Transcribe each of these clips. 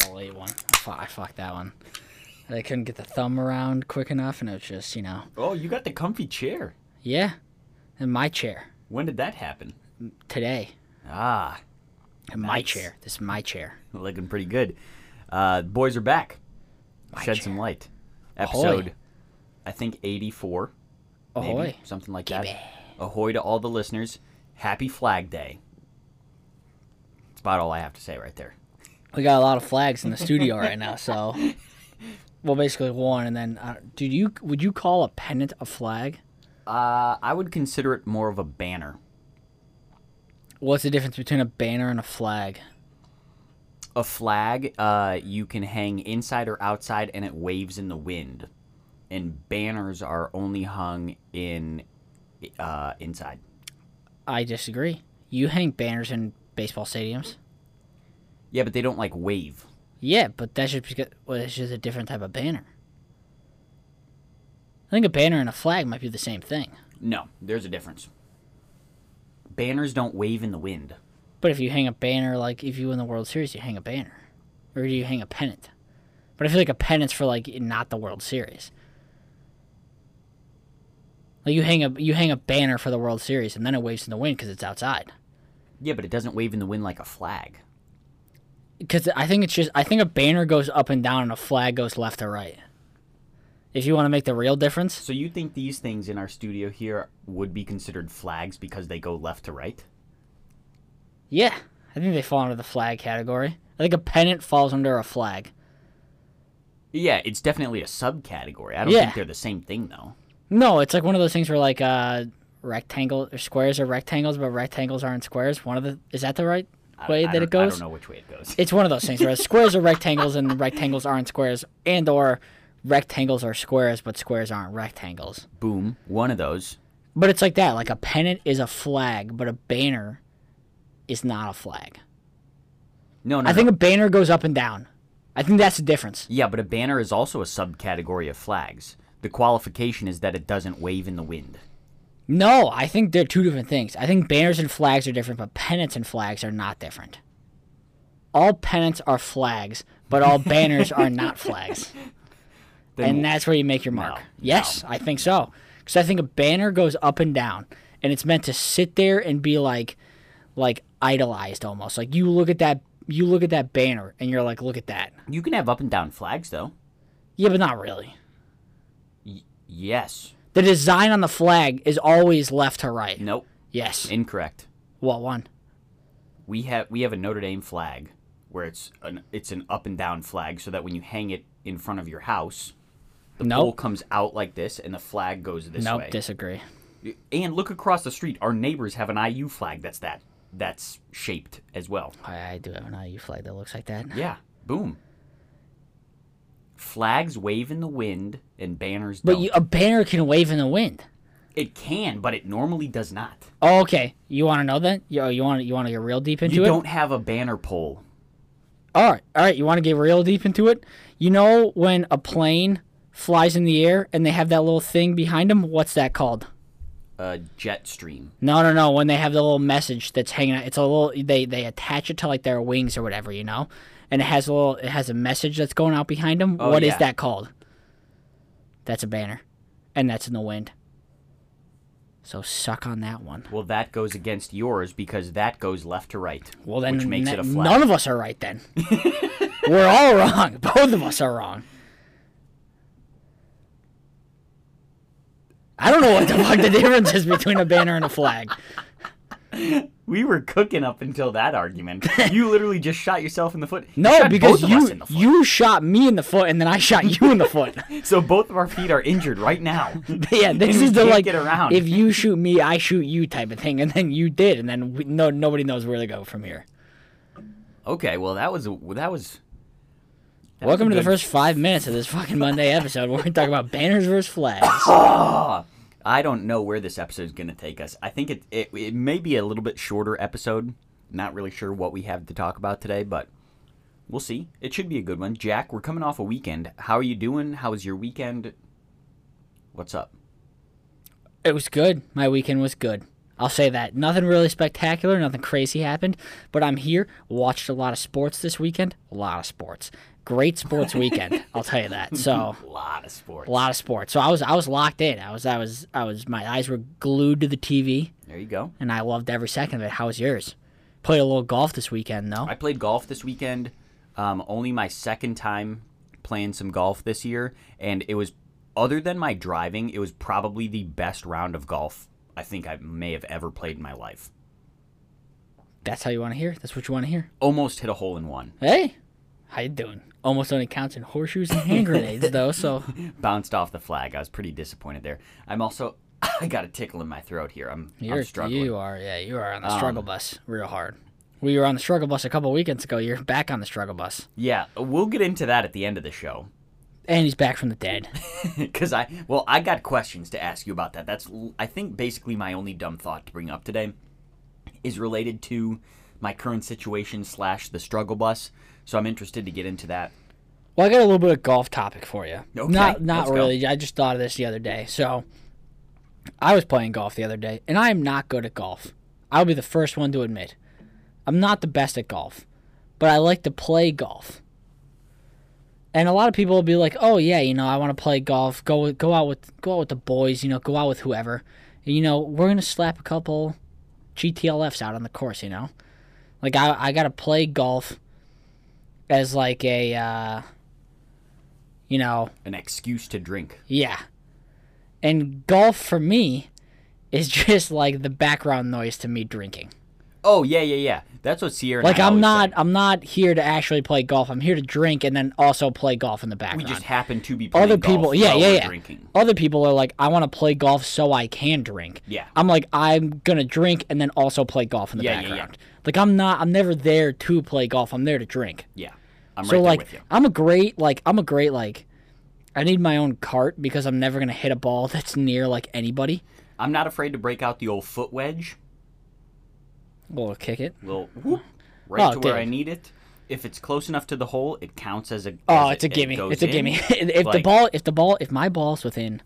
the late one. I fu- I fucked that one. I couldn't get the thumb around quick enough, and it was just, you know, Oh, you got the comfy chair. yeah. And my chair When did that happen? today. Ah, And my Nice. chair. This is my chair. looking pretty good. Uh, boys are back. Shed chair. some light. Ahoy. Episode, I think eighty-four, maybe Ahoy. something like that. Ahoy to all the listeners. Happy Flag Day. That's about all I have to say right there. We got a lot of flags in the studio right now, so. Well, basically one, and then, uh, dude, you would you call a pennant a flag? Uh, I would consider it more of a banner. What's the difference between a banner and a flag? A flag, uh, you can hang inside or outside, and it waves in the wind. And banners are only hung in, uh, inside. I disagree. You hang banners in baseball stadiums. Yeah, but they don't like wave. Yeah, but that's just because well, it's just a different type of banner. I think a banner and a flag might be the same thing. No, there's a difference. Banners don't wave in the wind. But if you hang a banner, like if you win the World Series, you hang a banner, or do you hang a pennant? But I feel like a pennant's for like not the World Series. Like you hang a you hang a banner for the World Series, and then it waves in the wind because it's outside. Yeah, but it doesn't wave in the wind like a flag. Because I think it's just I think a banner goes up and down, and a flag goes left to right. If you want to make the real difference, So you think these things in our studio here would be considered flags because they go left to right? Yeah, I think they fall under the flag category. I think a pennant falls under a flag. Yeah, it's definitely a subcategory. I don't Yeah. think they're the same thing though. No, it's like one of those things where like uh rectangle or squares are rectangles, but rectangles aren't squares. One of the is that the right I, way that I don't- it goes? I don't know which way it goes. It's one of those things where squares are rectangles and rectangles aren't squares, and or rectangles are squares but squares aren't rectangles. Boom, one of those. But it's like that. Like a pennant is a flag, but a banner is not a flag. No, no. I think no. a banner goes up and down. I think that's the difference. yeah, but a banner is also a subcategory of flags. The qualification is that it doesn't wave in the wind. No, I think they're two different things. I think banners and flags are different, but pennants and flags are not different. All pennants are flags, but all banners are not flags. Then- and that's where you make your mark. No, yes, I think so. Because I think a banner goes up and down, and it's meant to sit there and be like, like idolized almost. Like you look at that, you look at that banner, and you're like, look at that. you can have up and down flags though. Yeah, but not really. Yes. The design on the flag is always left to right. Nope. Yes. Incorrect. What one? we have we have a Notre Dame flag where it's an it's an up and down flag so that when you hang it in front of your house, the pole Nope. comes out like this and the flag goes this Nope. way. Disagree. and look across the street, our neighbors have an IU flag that's that that's shaped as well. I, I do have an IU flag that looks like that. Yeah, boom. Flags wave in the wind and banners But don't. you, a banner can wave in the wind. it can, but it normally does not. Oh, okay. You want to know that? You, oh, you want you want to get real deep into you it? don't have a banner pole. All right, all right. You want to get real deep into it? You know when a plane flies in the air and they have that little thing behind them? What's that called? A jet stream. No, no, no. When they have the little message that's hanging out, it's a little. They they attach it to like their wings or whatever, you know. And it has a little. It has a message that's going out behind them. What is Oh, yeah. that called? That's a banner, and that's in the wind. So suck on that one. Well, that goes against yours because that goes left to right. Well, then which makes it a n- flag. none of us are right. Then we're all wrong. Both of us are wrong. I don't know what the fuck the difference is between a banner and a flag. We were cooking up until that argument. you literally just shot yourself in the foot. You No, shot because both of us you in the foot. you shot me in the foot and then I shot you in the foot. So both of our feet are injured right now. yeah, this We is the can't like get around. if you shoot me, I shoot you type of thing, and then you did, and then we, no nobody knows where to go from here. Okay, well that was a, that was. that was Welcome a to the good- first five minutes of this fucking Monday episode. We're going to talk about banners versus flags. I don't know where this episode is going to take us. I think it, it it may be a little bit shorter episode. Not really sure what we have to talk about today, but we'll see. It should be a good one. Jack, we're coming off a weekend. How are you doing? How was your weekend? What's up? It was good. My weekend was good. I'll say that. Nothing really spectacular, nothing crazy happened, but I'm here. Watched a lot of sports this weekend. A lot of sports. Great sports weekend, I'll tell you that. So, A lot of sports. a lot of sports. So I was I was locked in. I was I was I was my eyes were glued to the TV There you go. and I loved every second of it. How was yours? Played a little golf this weekend though. I played golf this weekend. Um, only my second time playing some golf this year, and it was other than my driving, it was probably the best round of golf I think I may have ever played in my life. That's how you want to hear. it. That's what you want to hear. Almost hit a hole in one. Hey, how you doing? Almost only counts in horseshoes and hand grenades though. So Bounced off the flag. I was pretty disappointed there. I'm also I got a tickle in my throat here. I'm, You're, I'm struggling. Um, you are, yeah, you are on the struggle bus real hard. We were on the struggle bus a couple weekends ago. You're back on the struggle bus, Yeah, we'll get into that at the end of the show. and he's back from the dead. Because I, well, I got questions to ask you about that. That's, l- I think, basically my only dumb thought to bring up today is related to my current situation slash the struggle bus. So I'm interested to get into that. Well, I got a little bit of golf topic for you. Okay, not not let's go. really. I just thought of this the other day. So, I was playing golf the other day, and I am not good at golf. I'll be the first one to admit, I'm not the best at golf, but I like to play golf. And a lot of people will be like, "Oh yeah, you know, I want to play golf. Go with- go out with go out with the boys. You know, go out with whoever. You know, we're gonna slap a couple GTLFs out on the course. You know, like I I gotta play golf as like a." Uh, you know, An excuse to drink. yeah. And golf for me is just like the background noise to me drinking. Oh yeah, yeah, yeah. That's what Sierra. and Like I I'm always not say. I'm not here to actually play golf. I'm here to drink and then also play golf in the We background. just happen to be playing Other golf people, yeah, while yeah, we're yeah. Drinking. Other people are like, I want to play golf so I can drink. Yeah. I'm like, I'm gonna drink and then also play golf in the Yeah, yeah, yeah. background. Like I'm not, I'm never there to play golf. I'm there to drink. Yeah. I'm right so there like with you. I'm a great like I'm a great like I need my own cart because I'm never gonna hit a ball that's near like anybody. I'm not afraid to break out the old foot wedge. Well, kick it. Little whoop, right Oh, to where I dude. need it. If it's close enough to the hole, it counts as a. Oh, as it's a it- it gimme. goes It's a in. gimme. if the Like- ball, if the ball, if my ball's within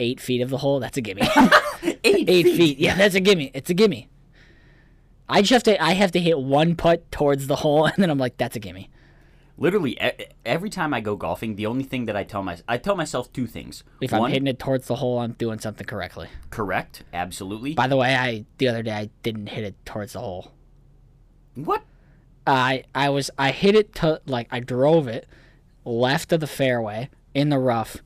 eight feet of the hole, that's a gimme. Eight, eight feet. Yeah, that's a gimme. It's a gimme. I just have to. I have to hit one putt towards the hole, and then I'm like, that's a gimme. Literally e- every time I go golfing, the only thing that I tell my I tell myself two things. If One, I'm hitting it towards the hole, I'm doing something correctly. correct, absolutely. By the way, I the other day I didn't hit it towards the hole. what? I I was I hit it to like I drove it left of the fairway in the rough,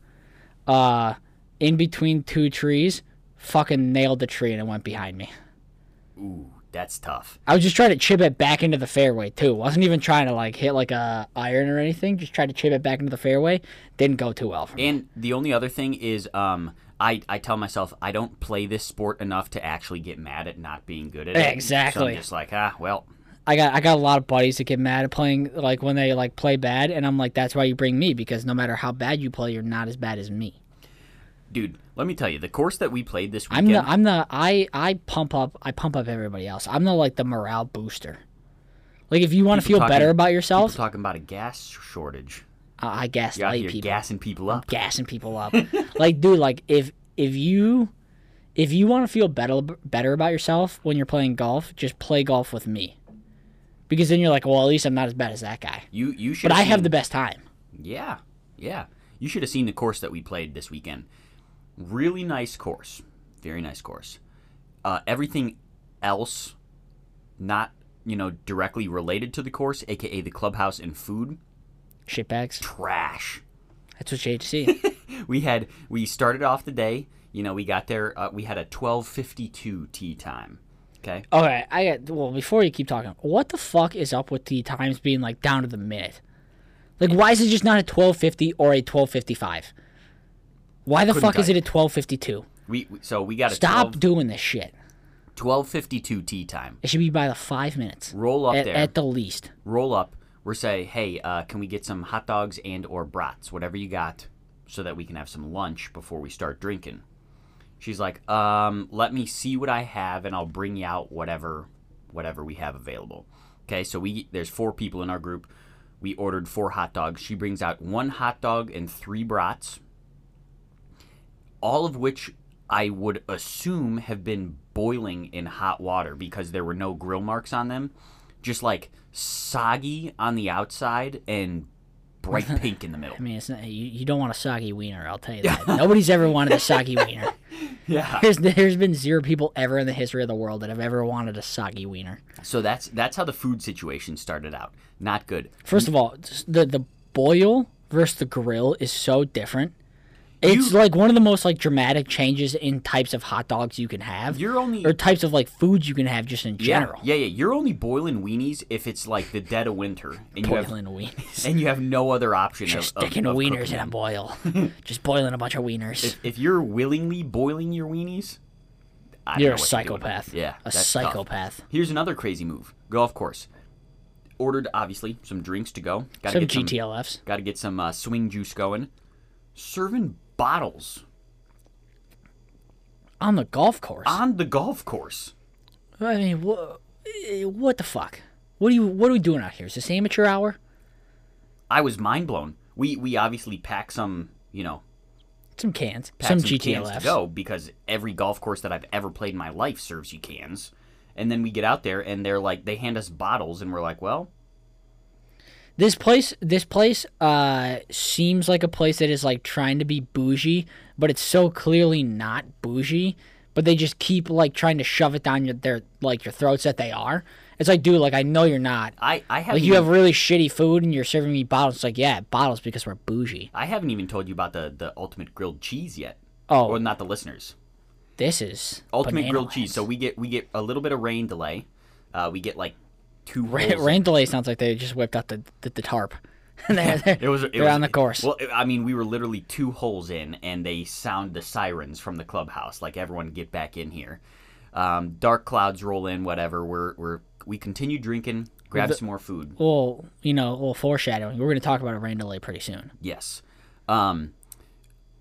uh, in between two trees, fucking nailed the tree and it went behind me. Ooh, that's tough. I was just trying to chip it back into the fairway too. Wasn't even trying to like hit like a iron or anything. Just tried to chip it back into the fairway. Didn't go too well for me. And the only other thing is, um, I I tell myself I don't play this sport enough to actually get mad at not being good at it. So Exactly. I'm just like ah, well, I got I got a lot of buddies that get mad at playing like when they like play bad, and I'm like, that's why you bring me because no matter how bad you play, you're not as bad as me. dude. Let me tell you, the course that we played this I'm weekend. the I'm the I I pump up I pump up everybody else. I'm the like the morale booster. Like if you want to People feel better talking- about people yourself, talking about a gas shortage. I I gaslight You're out here people. gassing people up. gassing people up. like, dude, like if if you if you want to feel better better about yourself when you're playing golf, just play golf with me, because then you're like, well, at least I'm not as bad as that guy. You you should. But I have seen- the best time. Yeah, yeah. You should have seen the course that we played this weekend. Really nice course, very nice course. Uh, everything else, not you know directly related to the course, aka the clubhouse and food, Shitbags. trash. That's what you hate to see. We had we started off the day. You know, we got there. Uh, we had a twelve fifty two tea time. Okay. okay, I got. Well, before you keep talking, what the fuck is up with the times being like down to the minute? Like, why is it just not a twelve fifty or a twelve fifty five? Why the Couldn't fuck is tell it a twelve fifty two? We we- so we got a Stop 12 doing this shit. 12:52 tee time. It should be by the five minutes. Roll up at, there. at the least. roll up. We're say, hey, uh, can we get some hot dogs and or brats, whatever you got, so that we can have some lunch before we start drinking. She's like, um, let me see what I have, and I'll bring you out whatever, whatever we have available. Okay, so we there's four people in our group. We ordered four hot dogs. She brings out one hot dog and three brats, all of which I would assume have been boiling in hot water because there were no grill marks on them, just like soggy on the outside and bright pink in the middle. I mean, it's not, you, you don't want a soggy wiener. I'll tell you that. Nobody's ever wanted a soggy wiener. Yeah. There's there's been zero people ever in the history of the world that have ever wanted a soggy wiener. So that's that's how the food situation started out. Not good. First of all, s- the the boil versus the grill is so different. It's You- like one of the most like dramatic changes in types of hot dogs you can have. You're only or types of like foods you can have just in yeah, general. yeah, yeah. You're only boiling weenies if it's like the dead of winter and you have Boiling wieners. and you have no other option. Just of, of- sticking of wieners in cooking a them. boil. just boiling a bunch of wieners. If you're willingly boiling your weenies, I don't You're a know what doing. psychopath. Yeah, A that's tough. psychopath. Here's another crazy move. Golf course. Ordered obviously some drinks to go. Got Some GTLFs. Got to get some uh, swing juice going. Serving bottles On the golf course. on the golf course. I mean, wha- eh, what the fuck? What are you? What are we doing out here? Is this amateur hour? I was mind blown. We we obviously pack some, you know, Some cans, pack some, cans to GTLFs. go because every golf course that I've ever played in my life serves you cans. And then we get out there and they're like they hand us bottles and we're like, well, This place, this place, uh, seems like a place that is like trying to be bougie, but it's so clearly not bougie. But they just keep like trying to shove it down your their like your throats that they are. It's like, dude, like I know you're not. I I haven't Like you even- have really shitty food and you're serving me bottles. It's like, yeah, bottles because we're bougie. I haven't even told you about the the ultimate grilled cheese yet. Oh. or not the listeners. This is Ultimate banana grilled land. cheese. So we get we get a little bit of rain delay. Uh, we get like two rolls. of- Rain delay sounds like they just whipped out the the, the tarp. And they're, they're, It was it they're was- on the course. Well, I mean, we were literally two holes in, and they sound the sirens from the clubhouse, like everyone get back in here. Um, dark clouds roll in, whatever. We're we're we continue drinking, grab some more food. well, you know, a little foreshadowing. We're going to talk about a rain delay pretty soon. Yes. Um,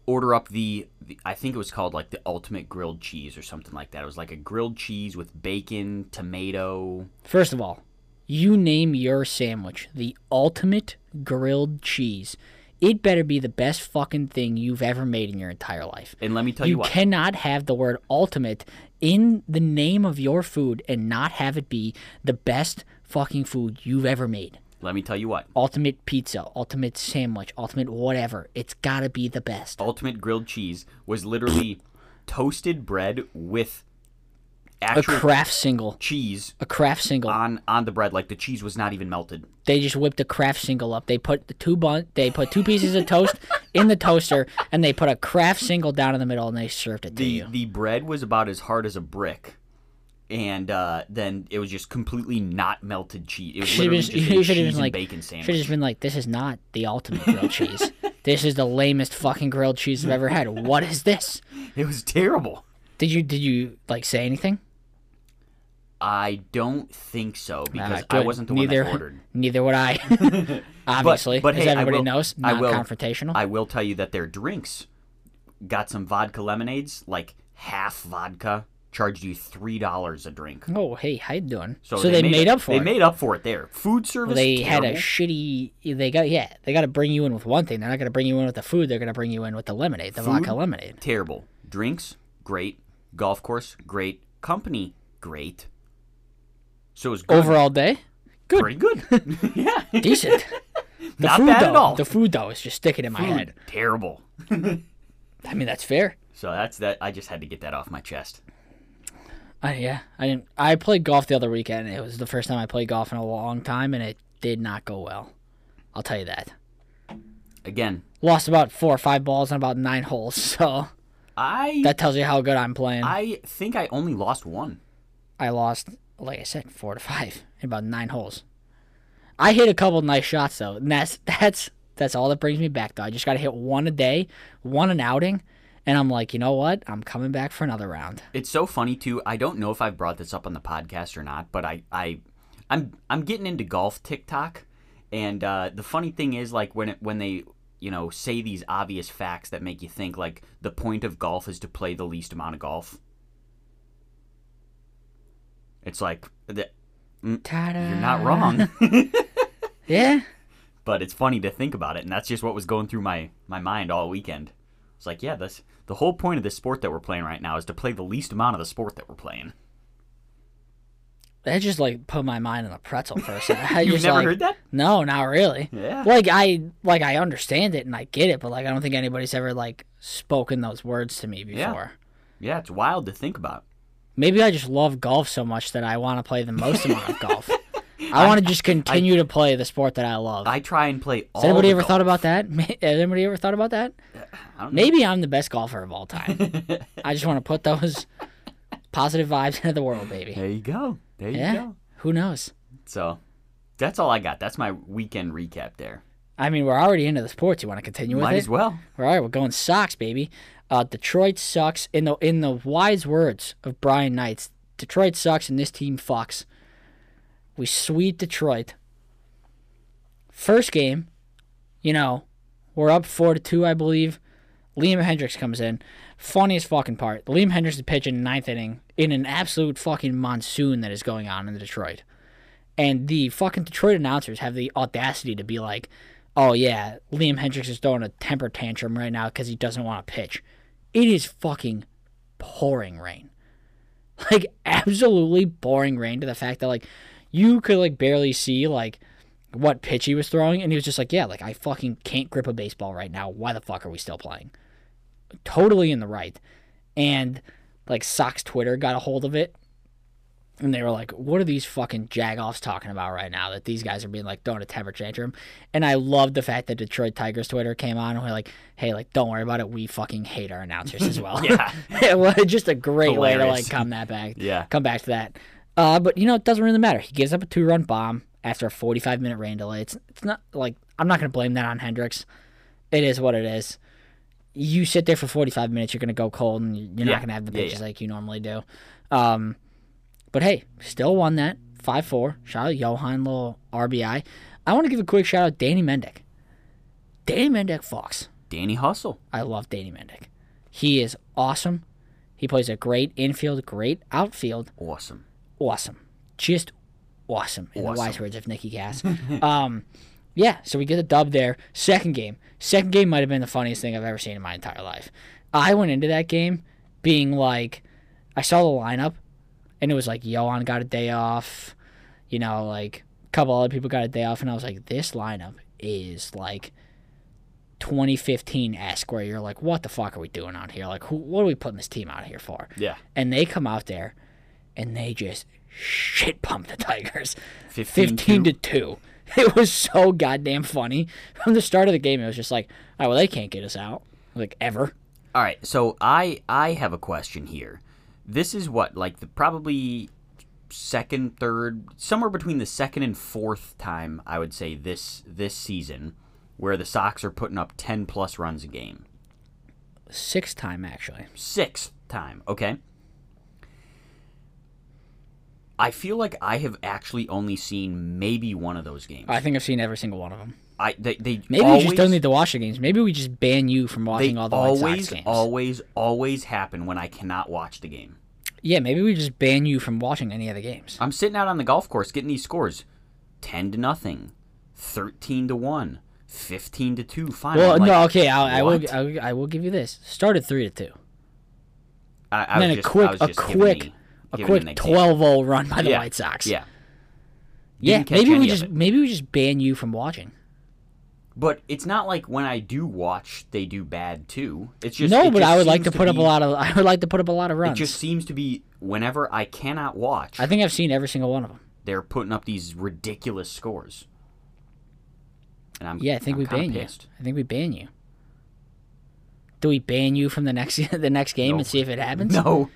order up the, the I think it was called like the ultimate grilled cheese or something like that. It was like a grilled cheese with bacon, tomato. First of all, you name your sandwich the ultimate grilled cheese. It better be the best fucking thing you've ever made in your entire life. And let me tell you, You what. cannot have the word ultimate in the name of your food and not have it be the best fucking food you've ever made. Let me tell you what. Ultimate pizza, ultimate sandwich, ultimate whatever. It's got to be the best. Ultimate grilled cheese was literally toasted bread with A actual craft single. cheese A craft single. on on the bread. Like the cheese was not even melted. they just whipped a Kraft single up. They put the two bun- they put two pieces of toast in the toaster, and they put a Kraft single down in the middle, and they served it to The you. the bread was about as hard as a brick. And uh, then it was just completely not melted cheese. It was Should've literally been- just a you cheese should've been and like- bacon sandwich. Should have just been like, "This is not the ultimate grilled cheese. This is the lamest fucking grilled cheese I've ever had. What is this?" It was terrible. Did you did you like say anything? I don't think so Ah, because I good. wasn't the neither, one that ordered. Neither would I. Obviously, but as hey, I everybody will- knows, I not will- confrontational. I will tell you that their drinks got some vodka lemonades, like half vodka, charged you three dollars a drink. oh, hey, how you doing? So, they, made, up for they it. made up for it there. Food service. they had a terrible. shitty. They got yeah. They got to bring you in with one thing. They're not going to bring you in with the food. They're going to bring you in with the lemonade, the vodka lemonade. terrible drinks. Great golf course. Great company. Great. So it was good. Overall day, pretty good. yeah, decent. The Not food bad though, at all. The food though is just sticking in my head. terrible. I mean that's fair. So that's that. I just had to get that off my chest. I, yeah, I didn't. I played golf the other weekend. It was the first time I played golf in a long time, and it did not go well. I'll tell you that. Again, Lost about four or five balls on about nine holes. So I that tells you how good I'm playing. I, I think I only lost one. lost, like I said, four to five in about nine holes. I hit a couple nice shots though, and that's that's that's all that brings me back though. I just got to hit one a day, one an outing, And I'm like, you know what? I'm coming back for another round. It's so funny too. I don't know if I've brought this up on the podcast or not, but I, I I'm I'm getting into golf TikTok, and uh, the funny thing is like when it, when they you know say these obvious facts that make you think like the point of golf is to play the least amount of golf. It's like the, Ta-da. you're not wrong, Yeah. but it's funny to think about it, and that's just what was going through my my mind all weekend. It's like yeah, this the whole point of this sport that we're playing right now is to play the least amount of the sport that we're playing. That just like put my mind in a pretzel for a second. I You've just, never like- heard that? No, not really. Yeah. Like I like I understand it and I get it, but like I don't think anybody's ever like spoken those words to me before. Yeah. Yeah, it's wild to think about. Maybe I just love golf so much that I want to play the most amount of golf. I want to just continue to play the sport that I love. I try and play all. Has anybody the ever golf. Uh, thought about that? Has anybody ever thought about that? don't know. Maybe I'm the best golfer of all time. I just want to put those positive vibes into the world, baby. There you go. There you Yeah. go. Who knows? So, that's all I got. That's my weekend recap. There. I mean, we're already into the sports. You want to continue with Might it? as well. All right, we're going Sox, baby. Uh, Detroit sucks. In the in the wise words of Brian Knights, Detroit sucks and this team fucks. We sweep Detroit. First game, you know, we're up four to two, I believe. Liam Hendricks comes in. Funniest fucking part. Liam Hendricks is pitching ninth inning in an absolute fucking monsoon that is going on in Detroit. And the fucking Detroit announcers have the audacity to be like, oh yeah, Liam Hendricks is throwing a temper tantrum right now because he doesn't want to pitch. It is fucking pouring rain. Like, absolutely pouring rain to the fact that, like, you could, like, barely see, like, what pitch he was throwing. And he was just like, yeah, like, I fucking can't grip a baseball right now. Why the fuck are we still playing? Totally in the right. And, like, Sox Twitter got a hold of it and they were like, "What are these fucking jagoffs talking about right now? That these guys are being like throwing a temper tantrum." And I love the fact that Detroit Tigers Twitter came on and were like, "Hey, like, don't worry about it. We fucking hate our announcers as well." Yeah. it was just a great way to Hilarious. like come that back. Yeah. come back to that. Uh, but you know, it doesn't really matter. He gives up a two-run bomb after a 45-minute rain delay. It's it's not like I'm not gonna blame that on Hendricks. It is what it is. You sit there for 45 minutes, you're gonna go cold, and you're Yeah. not gonna have the Yeah, pitches like you normally do. Um, but hey, still won that 5 4. Shout out Johan, little RBI. I want to give a quick shout out Danny Mendick. Danny Mendick Fox. Danny Hustle. I love Danny Mendick. He is awesome. He plays a great infield, great outfield. Awesome. Awesome. Just awesome. In the Awesome. wise words of Nikki Cass. um, yeah, so we get a dub there. Second game. Second game might have been the funniest thing I've ever seen in my entire life. I went into that game being like, I saw the lineup, and it was like Yohan got a day off, you know, like a couple other people got a day off, and I was like, this lineup is like 2015 esque, where you're like, what the fuck are we doing out here? Like, who, what are we putting this team out here for? Yeah. And they come out there, and they just shit pump the Tigers. 15 15 to 2. It was so goddamn funny. From the start of the game, it was just like, oh, well, they can't get us out. Like, ever. All right. So I I have a question here. This is what like the probably second, third, somewhere between the second and fourth time I would say this this season where the Sox are putting up 10 plus runs a game. Sixth time, actually. sixth time, okay? I feel like I have actually only seen maybe one of those games. I think I've seen every single one of them. I they, they Maybe always, we just don't need to watch the games. Maybe we just ban you from watching they all the White always Sox games. always always happen when I cannot watch the game. yeah, maybe we just ban you from watching any of the games. I'm sitting out on the golf course getting these scores 10 to nothing, 13 to 1, 15 to 2 final. well, I'm no, like, okay, I, I will. what? I, will- I will give you this. Started three to two, I, I and then was a just- I quick, was a just giving quick, the- a giving the quick next 12-0 run by the Yeah, White Sox. Yeah. yeah. Didn't catch Maybe any we of just it. maybe we just ban you from watching. But it's not like when I do watch, they do bad too. It's just no, it but just I would like seems to put up be- a lot of. I would like to put up a lot of It runs. just seems to be whenever I cannot watch, I think I've seen every single one of them. they're putting up these ridiculous scores. And I'm Yeah, I think I'm we ban kinda pissed. you. I think we ban you. Do we ban you from the next the next game No. and see if it happens? No,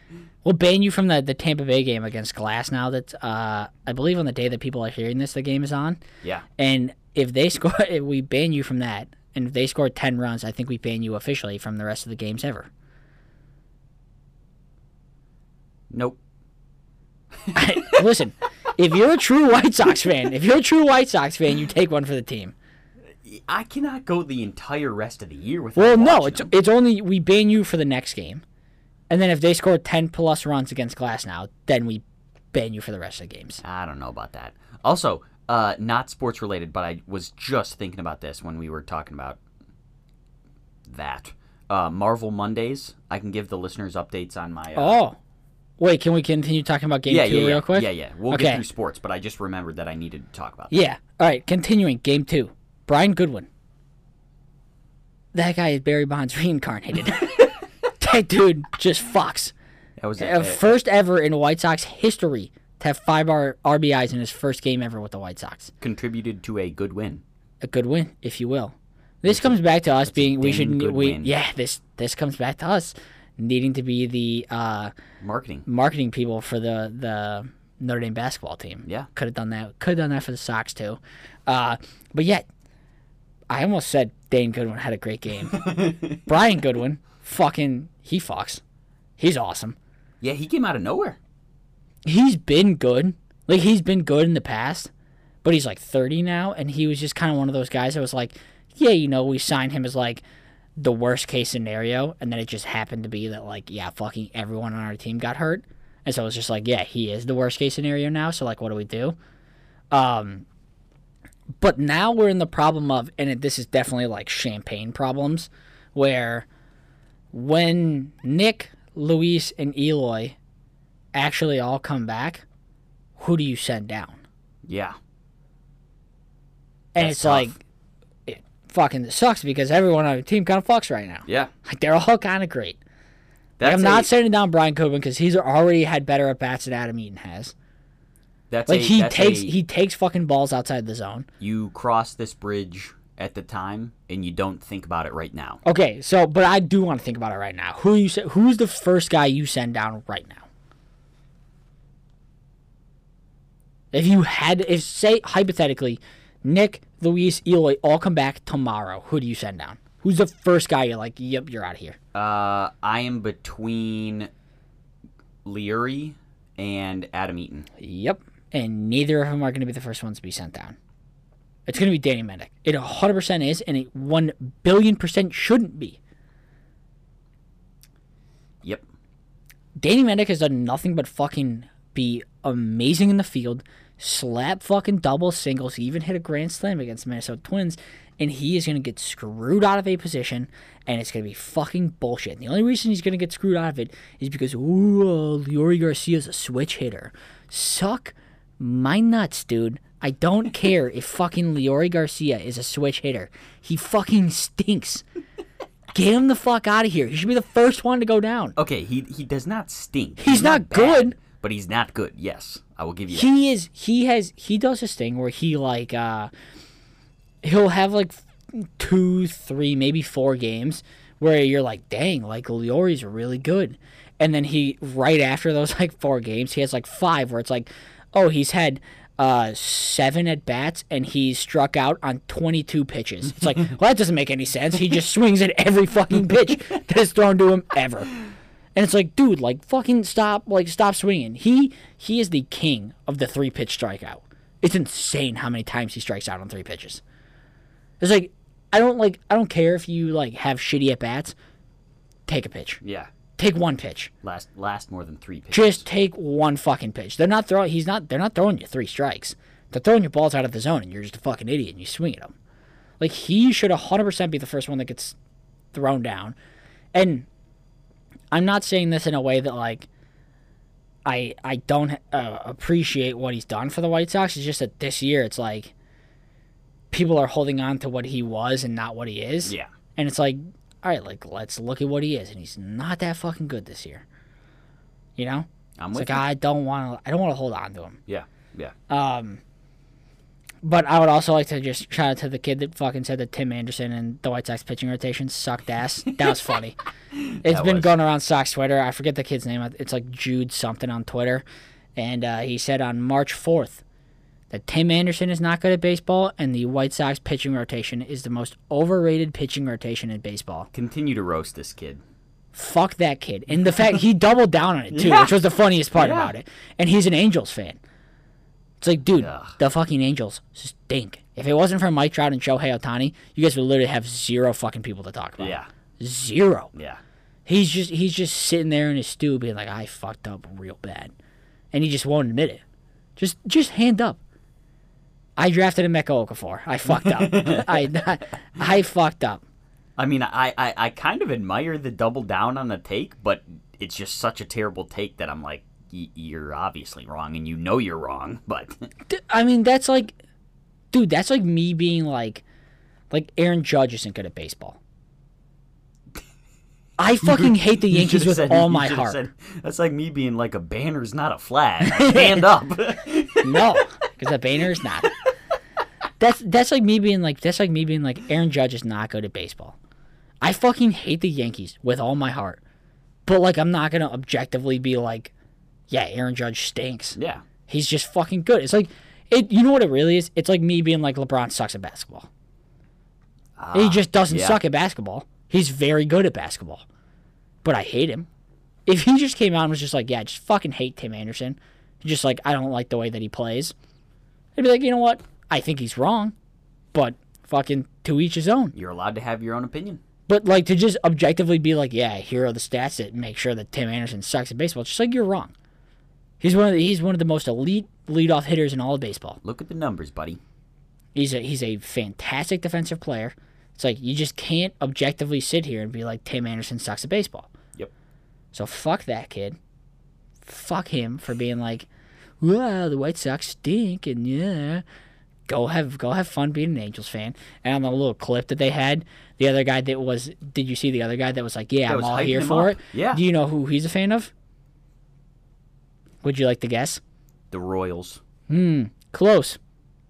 We'll ban you from the, the Tampa Bay game against Glass now that uh, I believe on the day that people are hearing this the game is on. yeah, And if they score if we ban you from that and if they score 10 runs, I think we ban you officially from the rest of the games ever. Nope. Listen, if you're a true White Sox fan, if you're a true White Sox fan, you take one for the team. I cannot go the entire rest of the year without. Well, no, watching it's them. it's only we ban you for the next game, and then if they score ten plus runs against Glass now, then we ban you for the rest of the games. I don't know about that. Also, uh, not sports related, but I was just thinking about this when we were talking about that. Uh, Marvel Mondays. I can give the listeners updates on my. Uh, Oh, wait, can we continue talking about game yeah, two yeah, yeah, real quick? yeah, yeah. We'll Okay. get through sports, but I just remembered that I needed to talk about. Yeah. All right. Continuing game two. Brian Goodwin. That guy is Barry Bonds reincarnated. that dude just fucks. That was Uh, it. First ever in White Sox history to have five R- RBIs in his first game ever with the White Sox. contributed to a good win. A good win, if you will. This comes back to us being we damn should good we win. yeah this this comes back to us needing to be the uh, Marketing. marketing people for the the Notre Dame basketball team. Yeah. could have done that. Could have done that for the Sox too. Uh, but yet, I almost said Dane Goodwin had a great game. Brian Goodwin, fucking he fucks. He's awesome. Yeah, he came out of nowhere. He's been good. Like he's been good in the past, but he's like 30 now, and he was just kind of one of those guys that was like, yeah, you know, we signed him as like the worst case scenario, and then it just happened to be that like yeah, fucking everyone on our team got hurt, and so it was just like yeah, he is the worst case scenario now. So like, what do we do? Um, but now we're in the problem of, and it, this is definitely like champagne problems, where when Nick, Luis, and Eloy actually all come back, who do you send down? Yeah. And That's it's tough. like, it fucking sucks because everyone on the team kind of fucks right now. Yeah. Like they're all kind of great. Like, That's I'm not a, sending down Brian Coburn because he's already had better at bats than Adam Eaton has. that's Like a- he that's takes a- he takes fucking balls outside the zone. you cross this bridge at the time and you don't think about it right now. Okay, so but I do want to think about it right now. Who you se- who's the first guy you send down right now? If you had if say hypothetically, Nick, Luis, Eloy all come back tomorrow, who do you send down? Who's the first guy you're like, yep, you're out of here? Uh, I am between Leary and Adam Eaton. Yep. And neither of them are going to be the first ones to be sent down. It's going to be Danny Mendick. It 100% is, and it 1 billion percent shouldn't be. Yep. Danny Mendick has done nothing but fucking be amazing in the field, slap fucking double singles. He even hit a grand slam against the Minnesota Twins, and he is going to get screwed out of a position, and it's going to be fucking bullshit. And the only reason he's going to get screwed out of it is because, ooh, Leory Garcia's a switch hitter. Suck my nuts, dude. I don't care if fucking Leory Garcia is a switch hitter. He fucking stinks. Get him the fuck out of here. He should be the first one to go down. Okay, he he does not stink. He's not bad, good. but he's not good. Yes, I will give you. that. he is he has he does this thing where he like uh he'll have like two three maybe four games where you're like dang like Liore's really good and then he right after those like four games he has like five where it's like oh he's had uh seven at bats and he's struck out on 22 pitches it's like well that doesn't make any sense he just swings at every fucking pitch that is thrown to him ever and it's like, dude, like fucking stop, like stop swinging. He he is the king of the three pitch strikeout. It's insane how many times he strikes out on three pitches. It's like I don't like I don't care if you like have shitty at bats. Take a pitch. Yeah, Take one pitch. last last more than three pitches. Just take one fucking pitch. They're not throwing. He's not. They're not throwing you three strikes. They're throwing your balls out of the zone, and you're just a fucking idiot, and you swing at them. Like he should 100% be the first one that gets thrown down. And I'm not saying this in a way that like I I don't uh, appreciate what he's done for the White Sox. It's just that this year, it's like people are holding on to what he was and not what he is. yeah, And it's like, all right, like let's look at what he is, and he's not that fucking good this year. You know, I'm it's with like you. I don't want to. I Uh, don't want to hold on to him. yeah, yeah. But I would also like to just shout out to the kid that fucking said that Tim Anderson and the White Sox pitching rotation sucked ass. That was funny. It's That been was. going around Sox Twitter. I forget the kid's name. It's like Jude something on Twitter, and uh, he said on March fourth that Tim Anderson is not good at baseball, and the White Sox pitching rotation is the most overrated pitching rotation in baseball. Continue to roast this kid. fuck that kid. And the fact he doubled down on it too, Yeah. which was the funniest part Yeah. about it. And he's an Angels fan. It's like, dude, Ugh. the fucking Angels stink. If it wasn't for Mike Trout and Shohei Otani, you guys would literally have zero fucking people to talk about. Yeah. Zero. Yeah. He's just he's just sitting there in his stew being like, I fucked up real bad. And he just won't admit it. Just just hand up. I drafted a Mecca Okafor. I fucked up. I, I fucked up. I mean, I, I, I kind of admire the double down on the take, but it's just such a terrible take that I'm like, y- you're obviously wrong, and you know you're wrong, but D- I mean, that's like, dude, that's like me being like, like Aaron Judge isn't good at baseball. I fucking hate the You Yankees should've with said- all you my should've heart. said- that's like me being like a banner's not a flag. Hand up. No, because the Banner is not. That's that's like me being like that's like me being like Aaron Judge is not good at baseball. I fucking hate the Yankees with all my heart, but like I'm not gonna objectively be like, yeah, Aaron Judge stinks. yeah. He's just fucking good. It's like it. You know what it really is? It's like me being like LeBron sucks at basketball. he just doesn't yeah. suck at basketball. He's very good at basketball, but I hate him. If he just came out and was just like, "Yeah, I just fucking hate Tim Anderson," just like I don't like the way that he plays, I'd be like, you know what? I think he's wrong, but fucking to each his own. You're allowed to have your own opinion. But like to just objectively be like, yeah, here are the stats that make sure that Tim Anderson sucks at baseball. It's just like you're wrong. He's one of the, he's one of the most elite leadoff hitters in all of baseball. Look at the numbers, buddy. He's a he's a fantastic defensive player. It's like you just can't objectively sit here and be like Tim Anderson sucks at baseball. Yep. So fuck that kid. Fuck him for being like, well, the White Sox stink and yeah. Go have go have fun being an Angels fan. And on the little clip that they had, the other guy that was did you see the other guy that was like, Yeah, I'm was all hyping here him for up. it. Yeah. Do you know who he's a fan of? Would you like to guess? The Royals, Close.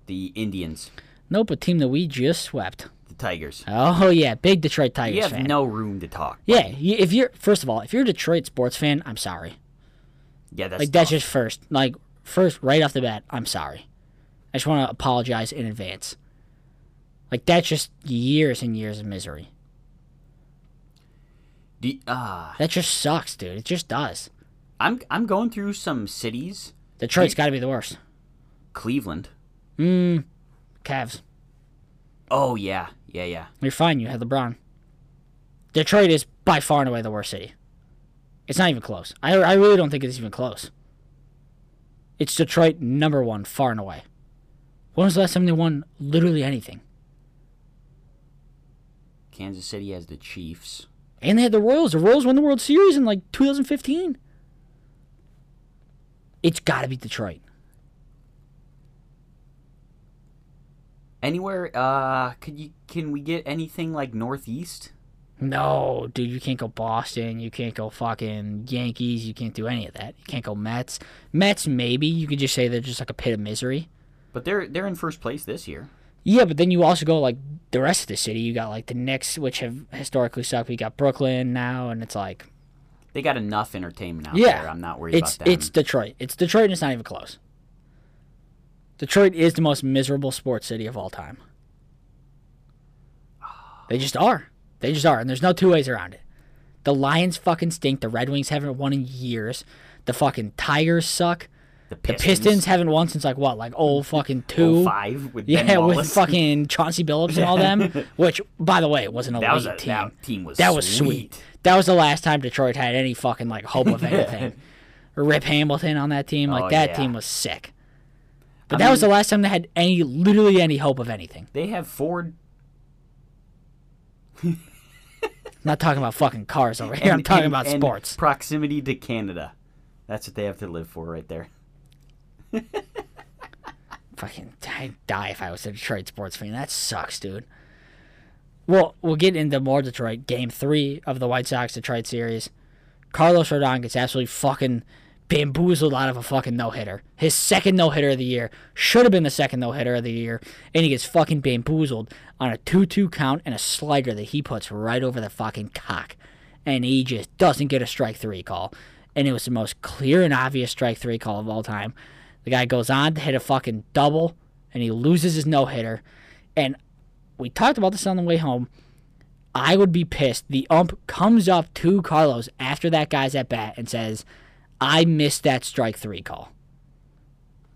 the Indians, Nope, a team that we just swept. the Tigers. Oh yeah, big Detroit Tigers You have fan. no room to talk. Yeah, y- if you're first of all, if you're a Detroit sports fan, I'm sorry. Yeah, that's Like that's tough. just first. Like first, right off the bat, I'm sorry. I just want to apologize in advance. Like that's just years and years of misery. Do you- ah, That just sucks, dude. It just does. I'm I'm going through some cities. Detroit's got to be the worst. Mm, Cleveland. Cavs, Oh yeah, yeah yeah. you're fine. You had LeBron. Detroit is by far and away the worst city. It's not even close. I I really don't think it's even close. It's Detroit number one, far and away. When was the last time they won literally anything? Kansas City has the Chiefs. And they had the Royals. The Royals won the World Series in like 2015. It's got to be Detroit. Anywhere? Uh, could you can we get anything like Northeast? No, dude, you can't go Boston. You can't go fucking Yankees. You can't do any of that. You can't go Mets. Mets, maybe. You could just say they're just like a pit of misery. But they're they're in first place this year. Yeah, but then you also go like the rest of the city. You got like the Knicks, which have historically sucked. We got Brooklyn now, and it's like, They got enough entertainment out Yeah. there. I'm not worried it's about them. it's Detroit. It's Detroit, and it's not even close. Detroit is the most miserable sports city of all time. They just are. They just are, and there's no two ways around it. The Lions fucking stink. The Red Wings haven't won in years. The fucking Tigers suck. the The Pistons, Pistons haven't won since like what, like oh fucking two. 05 with Ben Yeah, with Wallace. fucking Chauncey Billups and all them. Which, by the way, was an elite that was a, team. that team was That was sweet. sweet. That was the last time Detroit had any fucking like hope of anything. Rip Hamilton on that team, like Oh, that yeah. team was sick. But that was the last time they had any, literally any hope of anything. They have Ford. I'm not talking about fucking cars over here. I'm and- talking and- about and sports. Proximity to Canada. That's what they have to live for right there. Fucking, I'd die if I was a Detroit sports fan. That sucks, dude. Well, we'll get into more Detroit. Game three of the White Sox Detroit series. Carlos Rodon gets absolutely fucking bamboozled out of a fucking no hitter. His second no hitter of the year should have been the second no hitter of the year, and he gets fucking bamboozled on a 2 2 count and a slider that he puts right over the fucking cock. And he just doesn't get a strike three call. And it was the most clear and obvious strike three call of all time. The guy goes on to hit a fucking double, and he loses his no hitter. And we talked about this on the way home. I would be pissed. The ump comes up to Carlos after that guy's at bat and says, I missed that strike three call.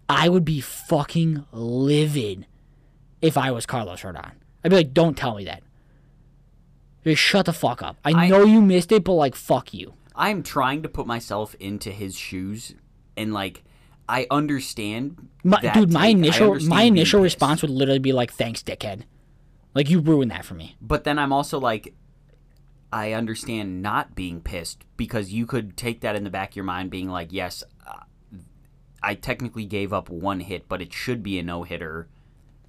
I would be fucking livid if I was Carlos Rodon. I'd be like, don't tell me that. Just shut the fuck up. I, I- know you missed it, but like, fuck you. I'm trying to put myself into his shoes, and like I understand. My, that dude, my take. I initial understand my being initial pissed. response would literally be like, thanks, dickhead. Like, you ruined that for me. But then I'm also like, I understand not being pissed because you could take that in the back of your mind, being like, yes, uh, I technically gave up one hit, but it should be a no hitter.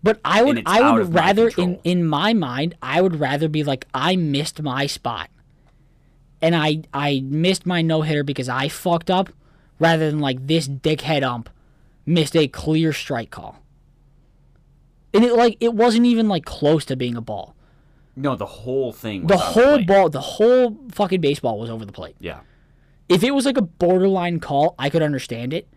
But I would it's I out would of my rather in control. in my mind I would rather be like I missed my spot. And I I missed my no-hitter because I fucked up rather than like this dickhead ump missed a clear strike call. And it like it wasn't even like close to being a ball. No, the whole thing. Was The on whole plate. ball, the whole fucking baseball was over the plate. Yeah. If it was like a borderline call, I could understand it.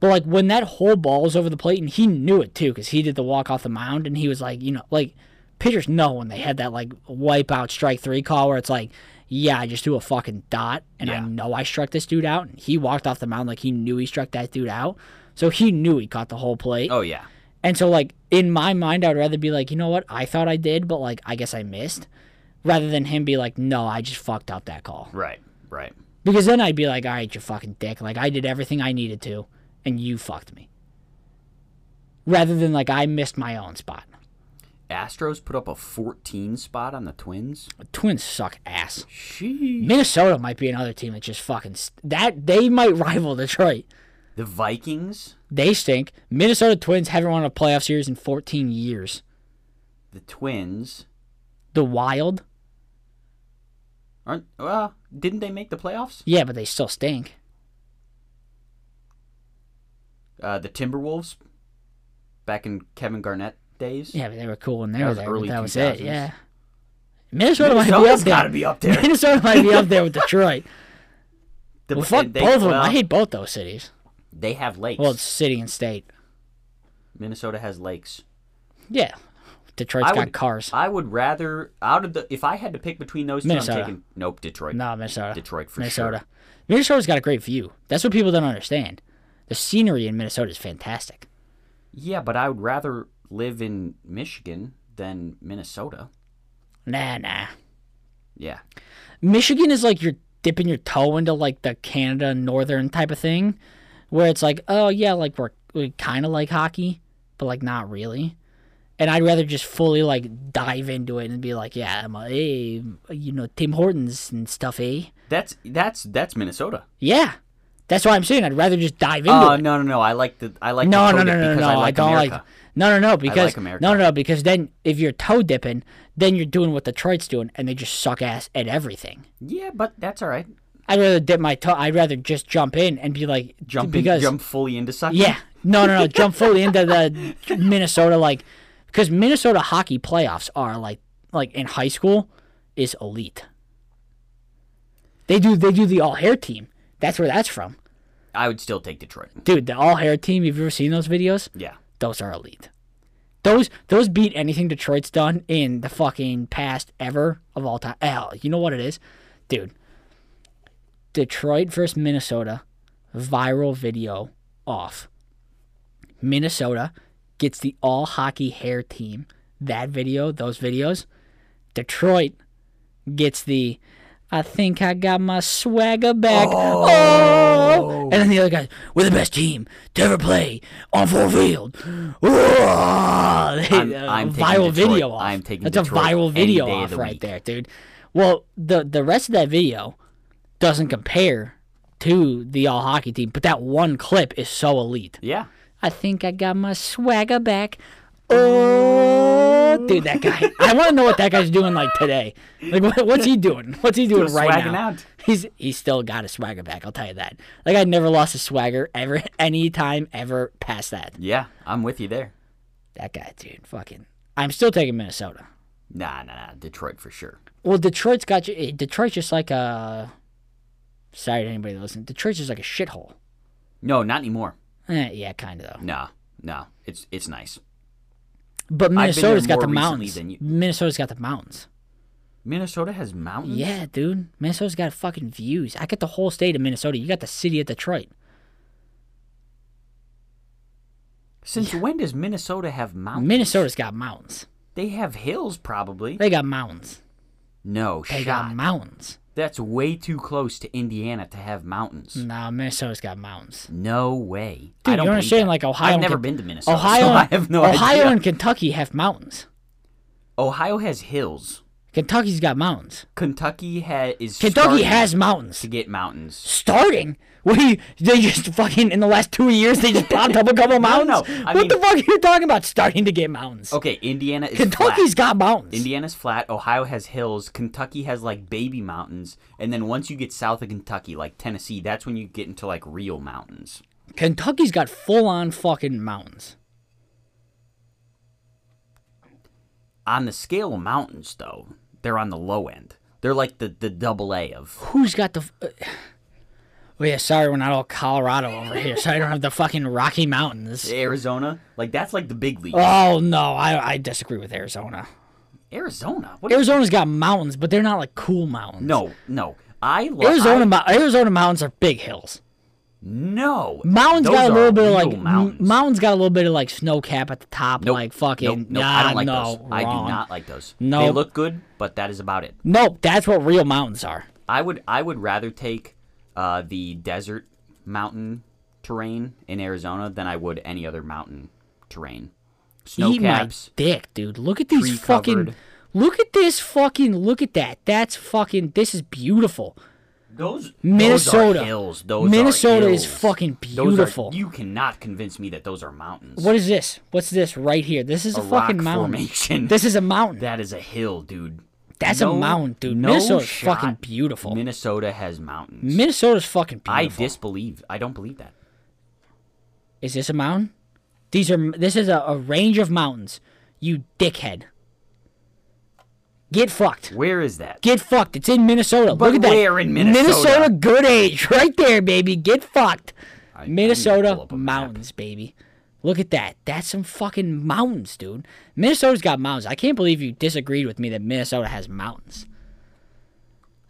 But like when that whole ball was over the plate, and he knew it too, because he did the walk off the mound, and he was like, you know, like pitchers know when they had that like wipeout strike three call where it's like, yeah, I just do a fucking dot, and I Yeah. know I struck this dude out. And he walked off the mound like he knew he struck that dude out, so he knew he caught the whole plate. Oh yeah. And so, like, in my mind, I would rather be like, you know what? I thought I did, but, like, I guess I missed. Rather than him be like, no, I just fucked up that call. Right. Right. Because then I'd be like, all right, you fucking dick. Like, I did everything I needed to, and you fucked me. Rather than, like, I missed my own spot. Astros put up a 14 spot on the Twins. The Twins suck ass. Sheesh. Minnesota might be another team that just fucking. St- that They might rival Detroit. The Vikings, They stink. Minnesota Twins haven't won a playoff series in 14 years. the Twins The Wild? aren't. Well, didn't they make the playoffs? Yeah, but they still stink. Uh, the Timberwolves, back in Kevin Garnett days. Yeah, but they were cool when they That were was there. early but that was 2000s. it. Yeah. Minnesota might be up Minnesota's there. got to be up there. Minnesota might be up there with Detroit. The- well, fuck they- both of them. well, I hate both those cities. They have lakes. Well, it's city and state. Minnesota has lakes. Yeah. Detroit's I got would- cars. I would rather out of the if I had to pick between those two, Minnesota. I'm taking nope Detroit. no, Minnesota. Detroit for Minnesota. Minnesota's got a great view. That's what people don't understand. The scenery in Minnesota is fantastic. Yeah, but I would rather live in Michigan than Minnesota. Nah, nah. Yeah, Michigan is like you're dipping your toe into like the Canada northern type of thing, where it's like, oh yeah, like we're we kind of like hockey, but like not really. And I'd rather just fully like dive into it and be like, yeah, I'm a, hey, you know, Tim Hortons and stuff, eh? that's that's that's Minnesota. Yeah, that's what I'm saying. I'd rather just dive into Oh it. no no no! I like the I like No, Detroit no, no, no, because no. I I, like don't America. like. No, no, no. Because America. no, no, no. Because then if you're toe dipping, then you're doing what Detroit's doing, and they just suck ass at everything. Yeah, but that's all right. I'd rather dip my toe. I'd rather just jump in and be like Jump in, because jump fully into sucking. yeah, no, no, no, jump fully into the Minnesota like because Minnesota hockey playoffs are like like in high school is elite. They do they do the all hair team. That's where that's from, I would still take Detroit. dude. The all hair team. Have you ever seen those videos? Yeah, Those are elite. Those those beat anything Detroit's done in the fucking past ever of all time. Hell, you know what it is, dude. Detroit versus Minnesota, viral video off. Minnesota gets the all hockey hair team. That video, those videos. Detroit gets the. I think I got my swagger back. Oh. And then the other guy, we're the best team to ever play on four field. I'm, I'm taking viral Detroit. video off. I'm taking That's Detroit a viral any video day of off the right week. there, dude. Well, the the rest of that video doesn't compare to the all hockey team, but that one clip is so elite. yeah. I think I got my swagger back. Oh, dude, that guy. I want to know what that guy's doing like today. Like, what, what's he doing? What's he doing Still right swagging now? out. He's he's still got his swagger back. I'll tell you that. Like, I never lost his swagger ever, any time ever past that. Yeah, I'm with you there. That guy, dude, fucking. I'm still taking Minnesota. Nah, nah, nah. Detroit for sure. Well, Detroit's got you. eh, Detroit's just like a. Sorry to anybody that listens. Detroit's just like a shithole. No, not anymore. Eh, yeah, kind of though. Nah, nah. It's it's nice. But there Minnesota's got more the recently mountains. than you- Minnesota's got the mountains. Minnesota has mountains. Yeah, dude. Minnesota's got fucking views. I got the whole state of Minnesota. You got the city of Detroit. Since when does Minnesota have mountains? Minnesota's got mountains. They have hills, probably. They got mountains. No They shot. got mountains. That's way too close to Indiana to have mountains. No, Minnesota's got mountains. No way. Hmm. Dude, you I don't believe understand? that. Like Ohio. I've and never Ken- been to Minnesota. Ohio. so I have no Ohio idea. and Kentucky have mountains. Ohio has hills. Kentucky's got mountains. Kentucky ha- is Kentucky starting has mountains. to get mountains. Starting? What do you? They just fucking in the last two years they just popped up a couple No, mountains. no, I what the mean- fuck are you talking about? Starting to get mountains. Okay, Indiana is Kentucky's got flat. mountains. Indiana's flat. Ohio has hills. Kentucky has like baby mountains, and then once you get south of Kentucky, like Tennessee, that's when you get into like real mountains. Kentucky's got full on fucking mountains. On the scale of mountains, though, they're on the low end. They're like the the double A of. Who's got the? f- Uh, oh yeah, sorry, we're not all Colorado over here, so I don't have the fucking Rocky Mountains. Arizona, like that's like the big league. Oh no, I I disagree with Arizona. Arizona, what? Arizona? Arizona's got mountains, but they're not like cool mountains. No, no. I love Arizona, mou- Arizona mountains are big hills. No, Mountains Those got a are little bit of real like m- mountains. mountains got a little bit of like snow cap at the top, Nope, like fucking. Nope, nope, nah, I don't like no, those. I do wrong. not like those. they Nope. look good, but that is about it. Nope, that's what real mountains are. I would I would rather take uh, the desert mountain terrain in Arizona than I would any other mountain terrain. Snow Eat caps. my dick, dude. Look at these Tree fucking. covered. Look at this fucking. Look at that. That's fucking. This is beautiful. Those Those Minnesota. are hills. Those are Minnesota is hills. fucking Those are- beautiful. you cannot convince me that those are mountains. What is this? What's this right here? This is a, a fucking rock mountain. formation. This is a mountain. that is a hill, dude. That's a No- mountain, dude. no Minnesota's shot. fucking beautiful. Minnesota has mountains. Minnesota's fucking I beautiful. disbelieve. I don't believe that. is this a mountain? These are. This is a, a range of mountains. You dickhead. Get fucked. Where is that? Get fucked. It's in Minnesota. But Look at that. where in Minnesota? good age. Right there, baby. Get fucked. I- I need to pull Minnesota up a map. mountains, baby. Look at that. That's some fucking mountains, dude. Minnesota's got mountains. I can't believe you disagreed with me that Minnesota has mountains.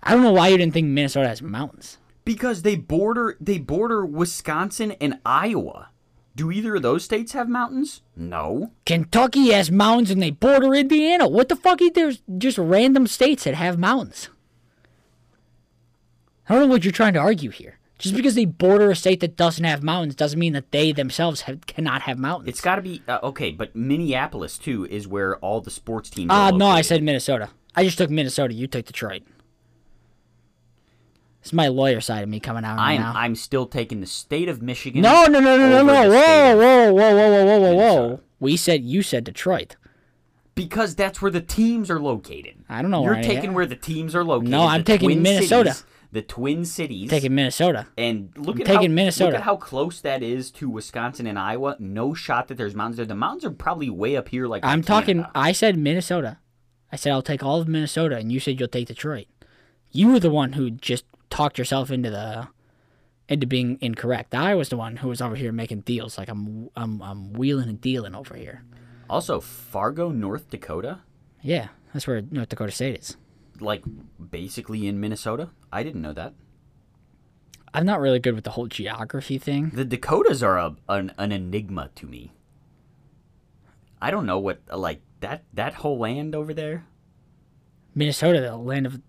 I don't know why you didn't think Minnesota has mountains. Because they border they border Wisconsin and Iowa. Do either of those states have mountains? No. Kentucky has mountains and they border Indiana. What the fuck? There's just random states that have mountains. I don't know what you're trying to argue here. Just because they border a state that doesn't have mountains doesn't mean that they themselves have, cannot have mountains. It's got to be uh, okay, but Minneapolis too is where all the sports teams. Ah, are no, I located. said Minnesota. I just took Minnesota. You took Detroit. It's my lawyer side of me coming out I'm now. I'm still taking the state of Michigan. no, no, no, no, no, over no. the state Whoa, of- whoa, whoa, whoa, whoa, whoa, whoa, whoa. Minnesota. We said you said Detroit. because that's where the teams are located. I don't know You're where I- taking where the teams are located. No, I'm the taking Twin Minnesota. Cities, the Twin Cities. Taking Minnesota. And look at taking how, Minnesota. Look at how close that is to Wisconsin and Iowa. No shot that there's mountains there. The mountains are probably way up here. Like I'm in talking. Canada. I said Minnesota. I said I'll take all of Minnesota, and you said you'll take Detroit. You were the one who just talked yourself into the into being incorrect. I was the one who was over here making deals, like I'm I'm I'm wheeling and dealing over here. Also, Fargo, North Dakota, Yeah, that's where North Dakota State is. like basically in Minnesota. I didn't know that. I'm not really good with the whole geography thing. The Dakotas are a, an, an enigma to me. I don't know what like that that whole land over there. Minnesota, the land of,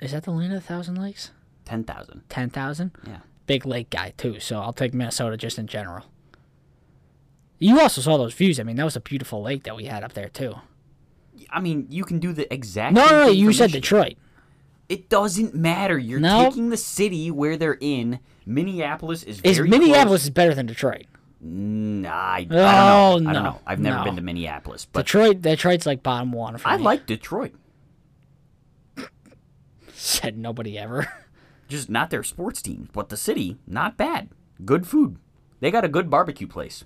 is that the land of a thousand lakes? Ten thousand. Ten thousand. Yeah. Big lake guy too. So I'll take Minnesota just in general. You also saw those views. I mean, that was a beautiful lake that we had up there too. I mean, you can do the exact. No, same no, no thing you for said Michigan. Detroit. It doesn't matter. You're No. taking the city where they're in. Minneapolis is. Is very Minneapolis close. is better than Detroit? Nah, I, I don't Oh, know. I don't no, know. I've never no. been to Minneapolis, but Detroit, Detroit's like bottom one for I me. like Detroit. said nobody ever. Just not their sports team, but the city, not bad. Good food. They got a good barbecue place.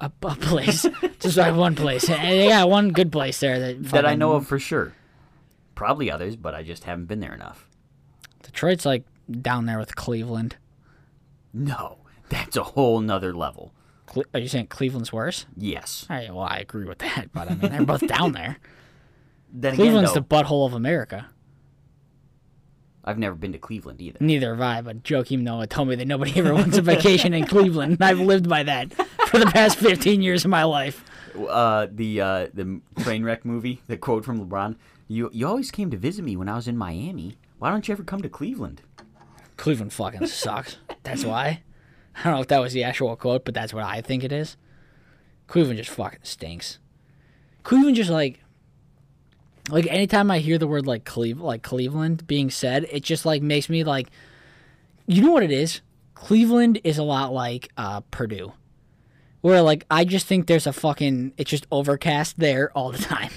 a, a place, just like one place. They got one good place there that that I fucking- know of for sure. Probably others, but I just haven't been there enough. Detroit's like down there with Cleveland. No, that's a whole nother level. Cle- are you saying Cleveland's worse? Yes. All right, well, I agree with that, but I mean, they're both down there. Then Cleveland's again, the butthole of America. though, I've never been to Cleveland either. Neither have I, but Joakim Noah told me that nobody ever wants a vacation in Cleveland, and I've lived by that for the past 15 years of my life. Uh, the uh, the train wreck movie, the quote from LeBron: "You you always came to visit me when I was in Miami. Why don't you ever come to Cleveland?" Cleveland fucking sucks. That's why. I don't know if that was the actual quote, but that's what I think it is. Cleveland just fucking stinks. Cleveland just like like anytime I hear the word like Cleve like Cleveland being said, it just like makes me like you know what it is? Cleveland is a lot like uh Purdue. Where like I just think there's a fucking it's just overcast there all the time.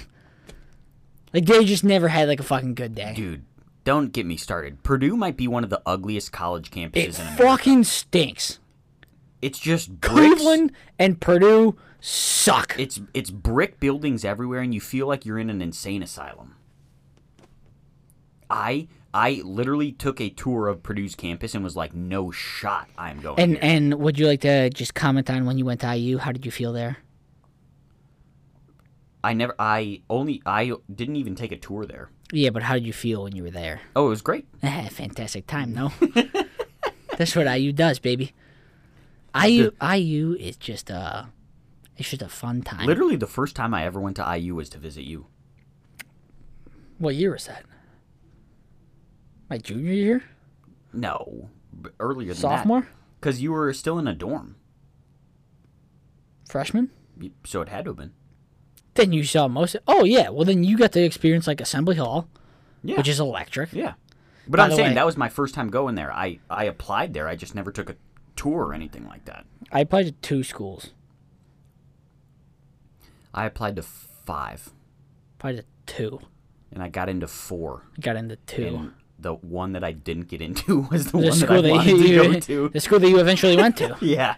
Like they just never had like a fucking good day. Dude, don't get me started. Purdue might be one of the ugliest college campuses it in America. fucking stinks. It's just bricks. Cleveland and Purdue suck. It's it's brick buildings everywhere, and you feel like you're in an insane asylum. I I literally took a tour of Purdue's campus and was like, "No shot, I'm going." and here." and would you like to just comment on when you went to IU? How did you feel there? I never, I only, I didn't even take a tour there. Yeah, but how did you feel when you were there? Oh, it was great. Eh, fantastic time, no? That's what IU does, baby. IU IU is just a it's just a fun time. Literally, the first time I ever went to IU was to visit you. What year was that? My junior year, No, b- earlier than sophomore, because you were still in a dorm, freshman. You- so it had to have been. Then you saw most. oh yeah, well then you got to experience like assembly hall, Yeah, which is electric. yeah. But By I'm the saying way- that was my first time going there. I I applied there. I just never took a tour or anything like that. I applied to two schools. I applied to five, Applied to two. and I got into four. Got into two. And the one that I didn't get into was the, the one that I school that, wanted you to go to. the school that you eventually went to. Yeah.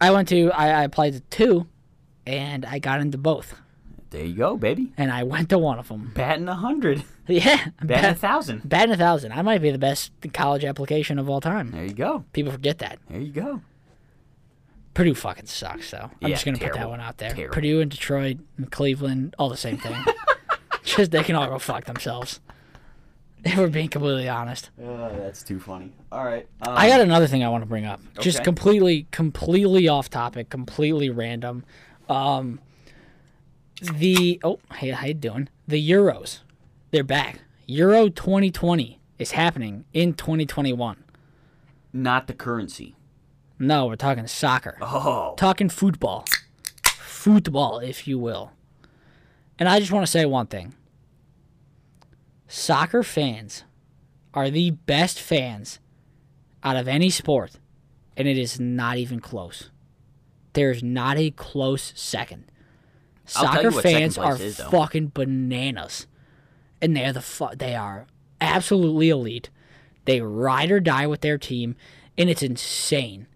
I went to I, I applied to two, and I got into both, there you go, baby. and I went to one of them. Batting a hundred. Yeah, Batting a bad, thousand. bad in a thousand. I might be the best college application of all time. There you go. People forget that There you go. Purdue fucking sucks, though. I'm Yeah, just gonna put that terrible. one out there. Terrible. Purdue and Detroit and Cleveland, all the same thing. just they can all go fuck themselves. If we're being completely honest. Oh, that's too funny. All right. Um, I got another thing I want to bring up. Just Okay. completely, completely off topic, completely random. Um, the oh, hey, how you doing? The Euros, they're back. Euro 2020 is happening in 2021. not the currency. No, we're talking soccer, Oh, talking football, football, if you will. And I just want to say one thing. Soccer fans are the best fans out of any sport, and it is not even close. There's not a close second. I'll tell you Soccer what second fans are place is, though. fucking bananas, and they're the fu- they are absolutely elite. They ride or die with their team, and it's insane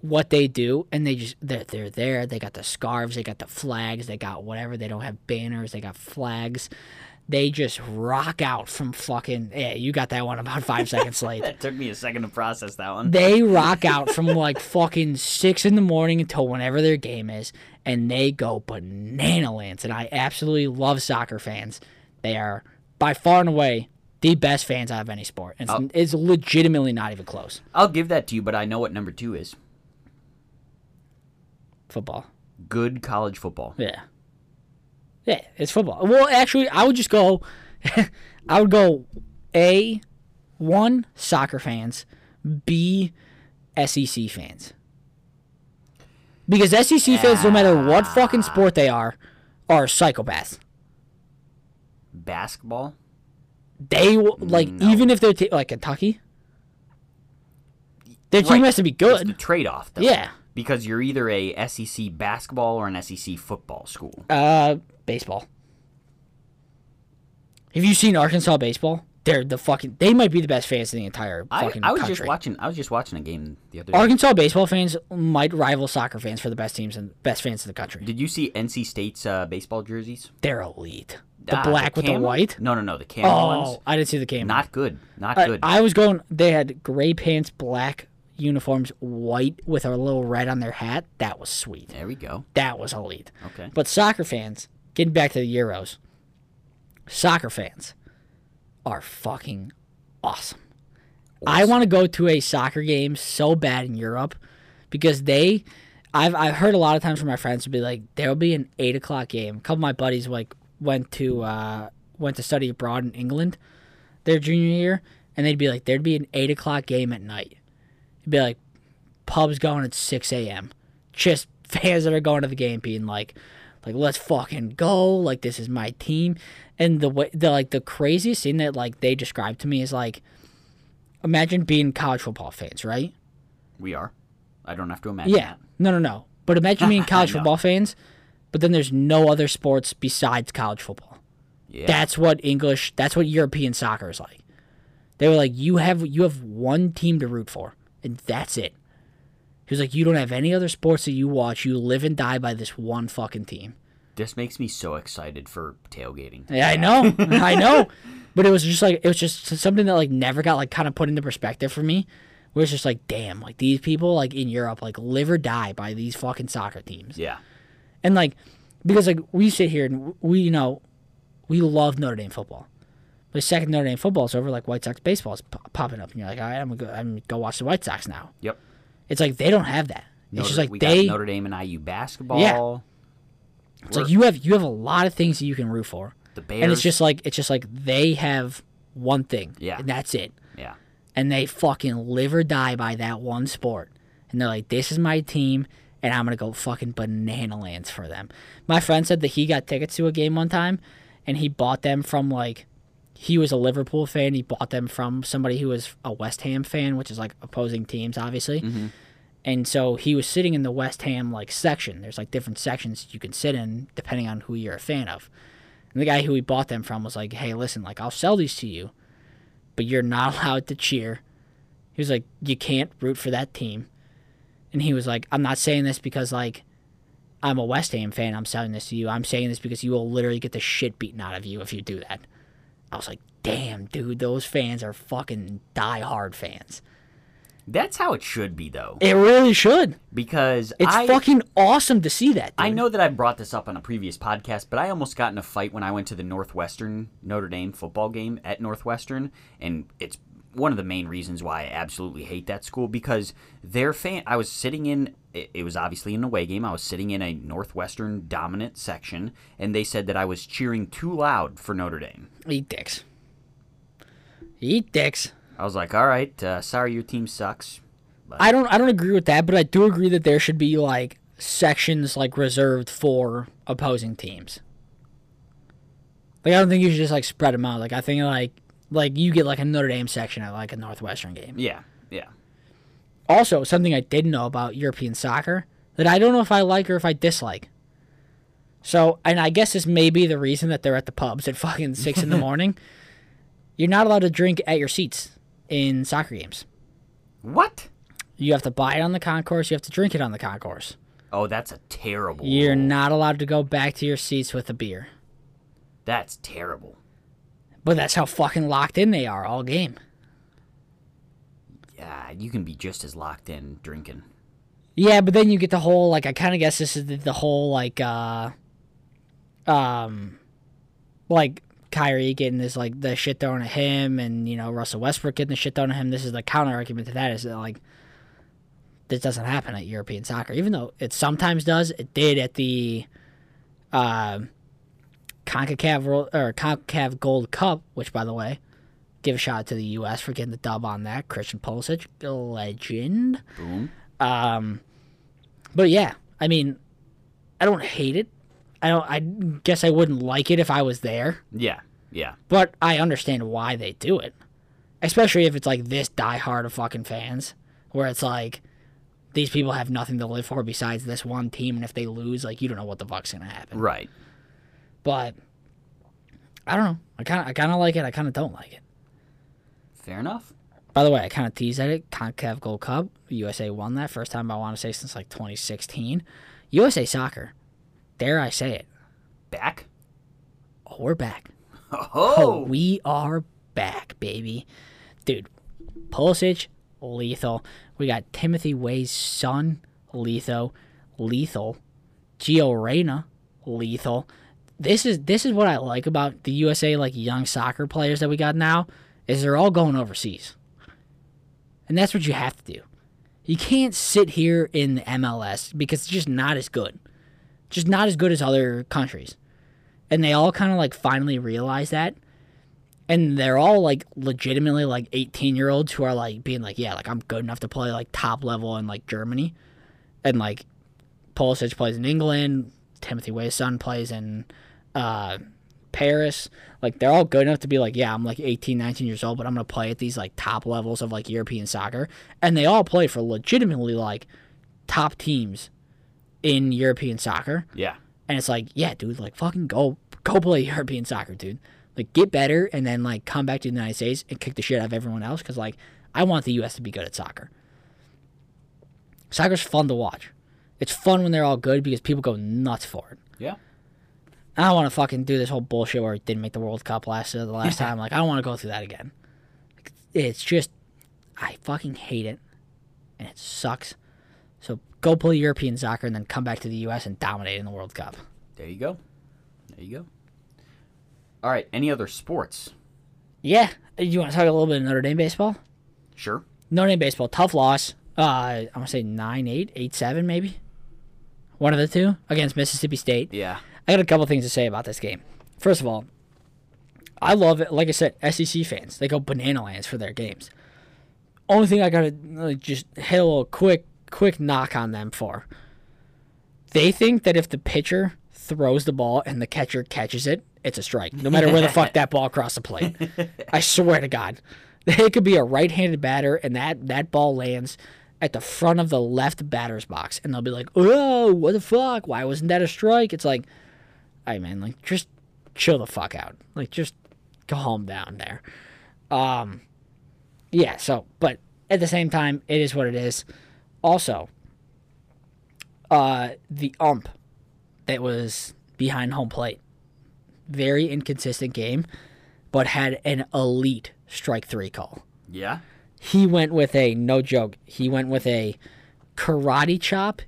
what they do. And they just they're, they're there. They got the scarves, they got the flags, they got whatever. They don't have banners, they got flags. They just rock out from fucking. Yeah, you got that one about five seconds late that took me a second to process that one. they rock out from like fucking six in the morning until whenever their game is, and they go banana lands. And I absolutely love soccer fans. They are by far and away the best fans out of any sport. It's, it's legitimately not even close. I'll give that to you, but I know what number two is. Football. Good college football. Yeah. Yeah, it's football. Well, actually, I would just go. I would go A, one, soccer fans, B, SEC fans. Because SEC fans, no matter what fucking sport they are, are psychopaths. Basketball. They, will- like, even if they're, t- like, Kentucky, their team Right. has to be It's the good. trade off, though. Yeah. Because you're either a SEC basketball or an SEC football school. Uh, baseball. Have you seen Arkansas baseball? They're the fucking. They might be the best fans in the entire I, fucking I was country. just watching. I was just watching a game the other day. Arkansas baseball fans might rival soccer fans for the best teams and best fans in the country. Did you see NC State's uh, baseball jerseys? They're elite. The Ah, black with the camo- white. No, no, no. The camo ones. Oh, I didn't see the game. Not good. Not I, good. I was going. They had gray pants, black uniforms, white with a little red on their hat. That was sweet. there we go. That was elite. Okay. But soccer fans, getting back to the Euros, soccer fans are fucking awesome. I want to go to a soccer game so bad in Europe because they, I've, I've heard a lot of times from my friends to be like, there'll be an eight o'clock game. A couple of my buddies like went to uh, went to study abroad in England their junior year, and they'd be like, there'd be an eight o'clock game at night. It'd be like pubs going at six a.m. Just fans that are going to the game being like, like let's fucking go, like this is my team. And the way the like the craziest thing that like they described to me is like, imagine being college football fans, right? We are. I don't have to imagine. Yeah. that. No, no, no. But imagine being college I know. football fans, but then there's no other sports besides college football. Yeah. That's what English, that's what European soccer is like. They were like, you have you have one team to root for, and that's it. He was like, you don't have any other sports that you watch. You live and die by this one fucking team. this makes me so excited for tailgating. Yeah, I know, I know. But it was just like it was just something that like never got like kind of put into perspective for me. Where it's just like, damn, like these people like in Europe like live or die by these fucking soccer teams. Yeah. And like, because like we sit here and we, you know, we love Notre Dame football. But the second Notre Dame football is over, like White Sox baseball is po- popping up, and you're like, all right, I'm gonna go, I'm gonna go watch the White Sox now. Yep. It's like they don't have that. It's Notre- just like we they, got Notre Dame and IU basketball. it's like you have you have a lot of things that you can root for, The Bears. and it's just like it's just like they have one thing, Yeah. and that's it. yeah. and they fucking live or die by that one sport. And they're like, this is my team, and I'm gonna go fucking banana lands for them. My friend said that he got tickets to a game one time, and he bought them from like, he was a Liverpool fan. He bought them from somebody who was a West Ham fan, which is like opposing teams, obviously. And so he was sitting in the West Ham like section. There's like different sections you can sit in depending on who you're a fan of. And the guy who he bought them from was like, "Hey, listen, like I'll sell these to you, but you're not allowed to cheer." He was like, "You can't root for that team." And he was like, "I'm not saying this because like I'm a West Ham fan. I'm selling this to you. I'm saying this because you will literally get the shit beaten out of you if you do that." I was like, "Damn, dude, those fans are fucking diehard fans. That's how it should be though, It really should. because It's I fucking awesome to see that." Dude. I know that I brought this up on a previous podcast, but I almost got in a fight when I went to the Northwestern Notre Dame football game at Northwestern, and it's one of the main reasons why I absolutely hate that school because their fan. I was sitting in. It it was obviously an away game. I was sitting in a Northwestern dominant section, and they said that I was cheering too loud for Notre Dame. Eat dicks. Eat dicks. I was like, "All right, uh, sorry, your team sucks." I don't I don't agree with that, but I do agree that there should be like sections like reserved for opposing teams. Like I don't think you should just like spread them out. Like I think like like you get like a Notre Dame section at like a Northwestern game. Yeah, yeah. Also, something I didn't know about European soccer that I don't know if I like or if I dislike. So, and I guess this may be the reason that they're at the pubs at fucking six in the morning. You're not allowed to drink at your seats in soccer games. What? You have to buy it on the concourse. You have to drink it on the concourse. Oh, that's a terrible. You're rule. not allowed to go back to your seats with a beer. That's terrible. But that's how fucking locked in they are all game. Yeah, uh, you can be just as locked in drinking. Yeah, but then you get the whole like I kind of guess this is the, the whole like uh um like Kyrie getting this like the shit thrown at him and you know Russell Westbrook getting the shit thrown at him. This is the counter argument to that is that like this doesn't happen at European soccer, even though it sometimes does. It did at the um Concacaf World or Concacaf Gold Cup, which by the way, give a shout out to the U.S. for getting the dub on that. Christian Pulisic, the legend. Boom. Um, but yeah, I mean, I don't hate it. I don't. I guess I wouldn't like it if I was there, Yeah, yeah, but I understand why they do it, especially if it's like this diehard of fucking fans, where it's like these people have nothing to live for besides this one team, and if they lose, like you don't know what the fuck's gonna happen. right. But I don't know. I kind of I kind of like it. I kind of don't like it. Fair enough. By the way, I kind of teased at it. CONCACAF Gold Cup, USA won that first time. I want to say since like 2016. USA Soccer, dare I say it? Back. Oh, we're back. Oh, Oh, we are back, baby. Dude, Pulisic, lethal. We got Timothy Way's son, lethal. Lethal. Gio Reyna, lethal. this is this is what I like about the USA like young soccer players that we got now is they're all going overseas. And that's what you have to do. You can't sit here in the MLS because it's just not as good. Just not as good as other countries. And they all kind of like finally realize that. And they're all like legitimately like 18 year olds who are like being like, yeah, like I'm good enough to play like top level in like Germany. And like Pulisic plays in England. Timothy Wayson plays in uh, Paris. Like they're all good enough to be like, yeah, I'm like 18, 19 years old, but I'm gonna play at these like top levels of like European soccer, and they all play for legitimately like top teams in European soccer. Yeah. And it's like, yeah, dude, like fucking go go play European soccer, dude. Like get better and then like come back to the United States and kick the shit out of everyone else because like I want the U.S. to be good at soccer. Soccer's fun to watch. It's fun when they're all good because people go nuts for it. Yeah. I don't want to fucking do this whole bullshit where it didn't make the World Cup last uh, the last time. Like I don't want to go through that again. Like, It's just I fucking hate it, and it sucks. So go play European soccer and then come back to the U.S. and dominate in the World Cup. There you go. There you go. All right. Any other sports? Yeah, you want to talk a little bit of Notre Dame baseball? Sure. Notre Dame baseball, tough loss. Uh, I'm gonna say nine eight, eight seven, maybe. One of the two against Mississippi State. Yeah. I got a couple things to say about this game. First of all, I love it. Like I said, SEC fans they go banana lands for their games. Only thing I gotta like, just hit a little quick quick knock on them for. They think that if the pitcher throws the ball and the catcher catches it, it's a strike, no matter where the fuck that ball crossed the plate. I swear to God, it could be a right-handed batter, and that that ball lands at the front of the left batter's box, and they'll be like, "Oh, what the fuck? Why wasn't that a strike?" It's like, all right, man, like just chill the fuck out. Like just calm down there. Um yeah, so but at the same time, it is what it is. Also, uh the ump that was behind home plate. Very inconsistent game, but had an elite strike three call Yeah. he went with a no joke. He went with a karate chop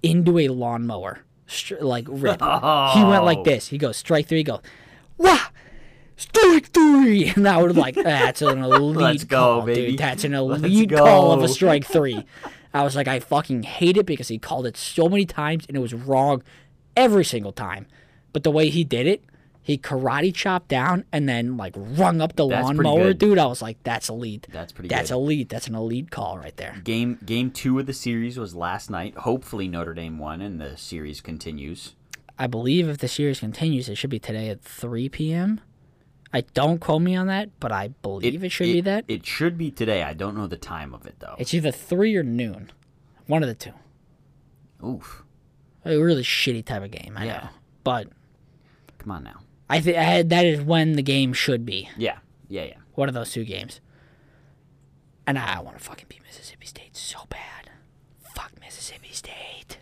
into a lawnmower, str- like rip. He went like this. He goes strike three. Go, wah, strike three, and I would like that's an elite Let's go, call, baby. dude. That's an Let's elite call of go." a strike three. I was like, I fucking hate it because he called it so many times and it was wrong every single time. But the way he did it, he karate chopped down and then like rung up the That's pretty lawnmower, good. dude. I was like, that's elite. That's pretty That's good. elite. That's an elite call right there. Game game two of the series was last night. Hopefully Notre Dame won and the series continues. I believe if the series continues, it should be today at 3 p.m. I don't quote me on that, but I believe it, should be that. It should be today. I don't know the time of it though. it's either 3 or noon. One of the two. Oof. A really shitty type of game, I Yeah. know. But Come on now. I think that is when the game should be. Yeah. Yeah. Yeah. One of those two games. And I want to fucking beat Mississippi State so bad. Fuck Mississippi State.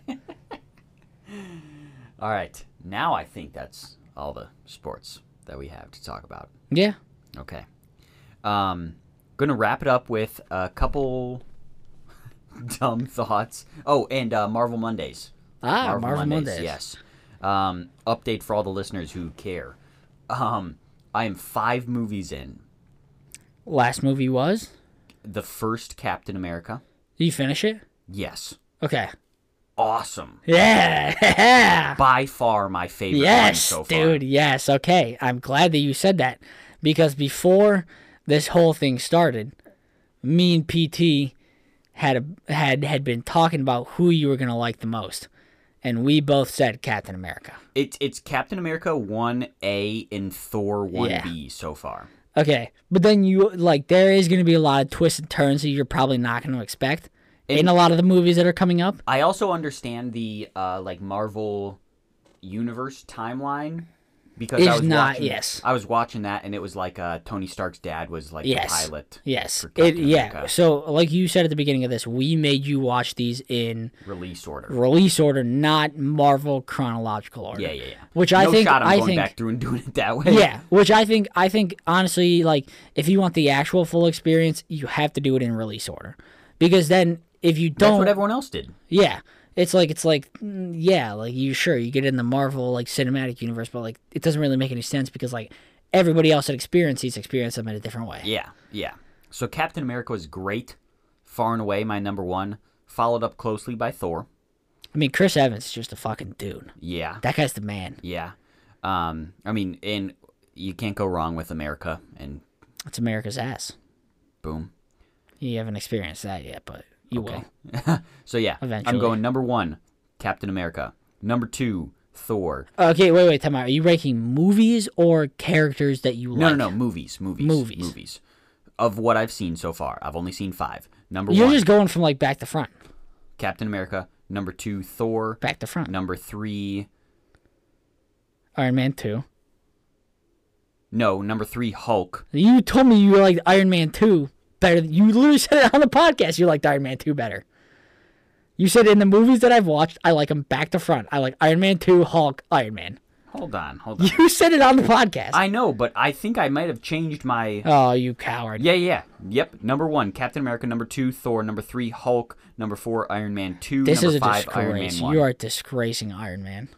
All right. Now I think that's all the sports that we have to talk about. yeah. Okay. Um, gonna wrap it up with a couple dumb thoughts. Oh, and uh, Marvel Mondays. Ah, Marvel Mondays. Yes. Um, update for all the listeners who care. Um, I am five movies in. Last movie was? The first Captain America. Did you finish it? Yes. Okay. Awesome. Yeah. By far my favorite one Ah. Yes, so far. dude. Yes. Okay. I'm glad that you said that because before this whole thing started, me and PT had a, had had been talking about who you were gonna like the most, and we both said Captain America. It's it's Captain America one A and Thor one B so far. Okay, but then you like there is gonna be a lot of twists and turns that you're probably not gonna expect in a lot of the movies that are coming up. I also understand the uh, like Marvel universe timeline because I Is was not- watching, yes. I was watching that and it was like uh, Tony Stark's dad was like Yes. the pilot Yes. for It, Captain yeah. America. So like you said at the beginning of this, we made you watch these in release order. release order, not Marvel chronological order. Yeah, yeah, yeah. Which I no think shot I'm I going think back through and doing it that way. yeah, which I think I think honestly, like if you want the actual full experience, you have to do it in release order, because then if you That's don't, what everyone else did. yeah, It's like it's like mm, yeah, like you sure you get in the Marvel like cinematic universe, but like it doesn't really make any sense because like everybody else that experienced these experience them in a different way. Yeah, yeah. So Captain America was great, far and away my number one, followed up closely by Thor. I mean, Chris Evans is just a fucking dude. Yeah, That guy's the man. yeah. Um, I mean, and you can't go wrong with America, and It's America's ass. boom. You haven't experienced that yet, but you will. So yeah, Eventually. I'm going number one, Captain America. Number two, Thor. Okay, wait, wait, time out. Are you ranking movies or characters that you No, like? no, no, movies, movies, Movies. movies. Of what I've seen so far, I've only seen five. Number You're one, just going from like back to front, Captain America. Number two, Thor. back to front. Number three, Iron Man two. no, number three, Hulk. You told me you liked Iron Man two better. Than, you literally said it on the podcast. You liked Iron Man two better. You said in the movies that I've watched, I like them back to front. I like Iron Man two, Hulk, Iron Man. Hold on, hold on. You said it on the podcast. I know, but I think I might have changed my. oh, you coward! Yeah, yeah, yep. Number one, Captain America. Number two, Thor. Number three, Hulk. Number four, Iron Man two. this number is a five, Iron Man disgrace. one. You are disgracing Iron Man.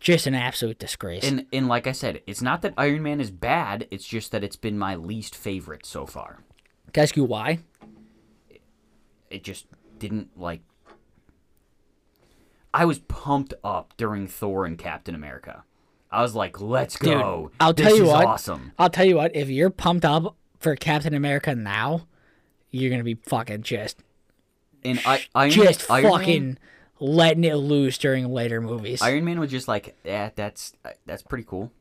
Just an absolute disgrace. And and like I said, it's not that Iron Man is bad. It's just that it's been my least favorite so far. Can I ask you why? It just didn't like. I was pumped up during Thor and Captain America. I was like, "Let's go! I'll this tell you is what. awesome." I'll tell you what. If you're pumped up for Captain America now, you're gonna be fucking just And I, Iron, just Iron fucking Man, letting it loose during later movies. Iron Man was just like, "Yeah, that's uh, that's pretty cool."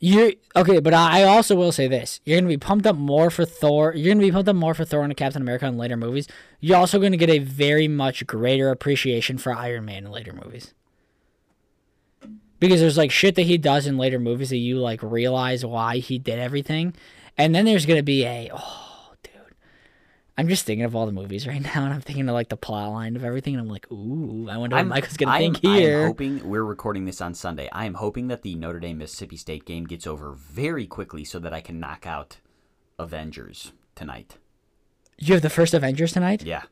You okay? But I I also will say this: you're gonna be pumped up more for Thor. You're gonna be pumped up more for Thor and Captain America in later movies. You're also gonna get a very much greater appreciation for Iron Man in later movies. Because there's like shit that he does in later movies that you like realize why he did everything, and then there's gonna be a oh, dude. I'm just thinking of all the movies right now, and I'm thinking of like the plot line of everything, and I'm like, ooh, I wonder what Michael's gonna I'm- think here. I'm hoping we're recording this on Sunday. I am hoping that the Notre Dame Mississippi State game gets over very quickly so that I can knock out Avengers tonight. you have the first Avengers tonight. Yeah.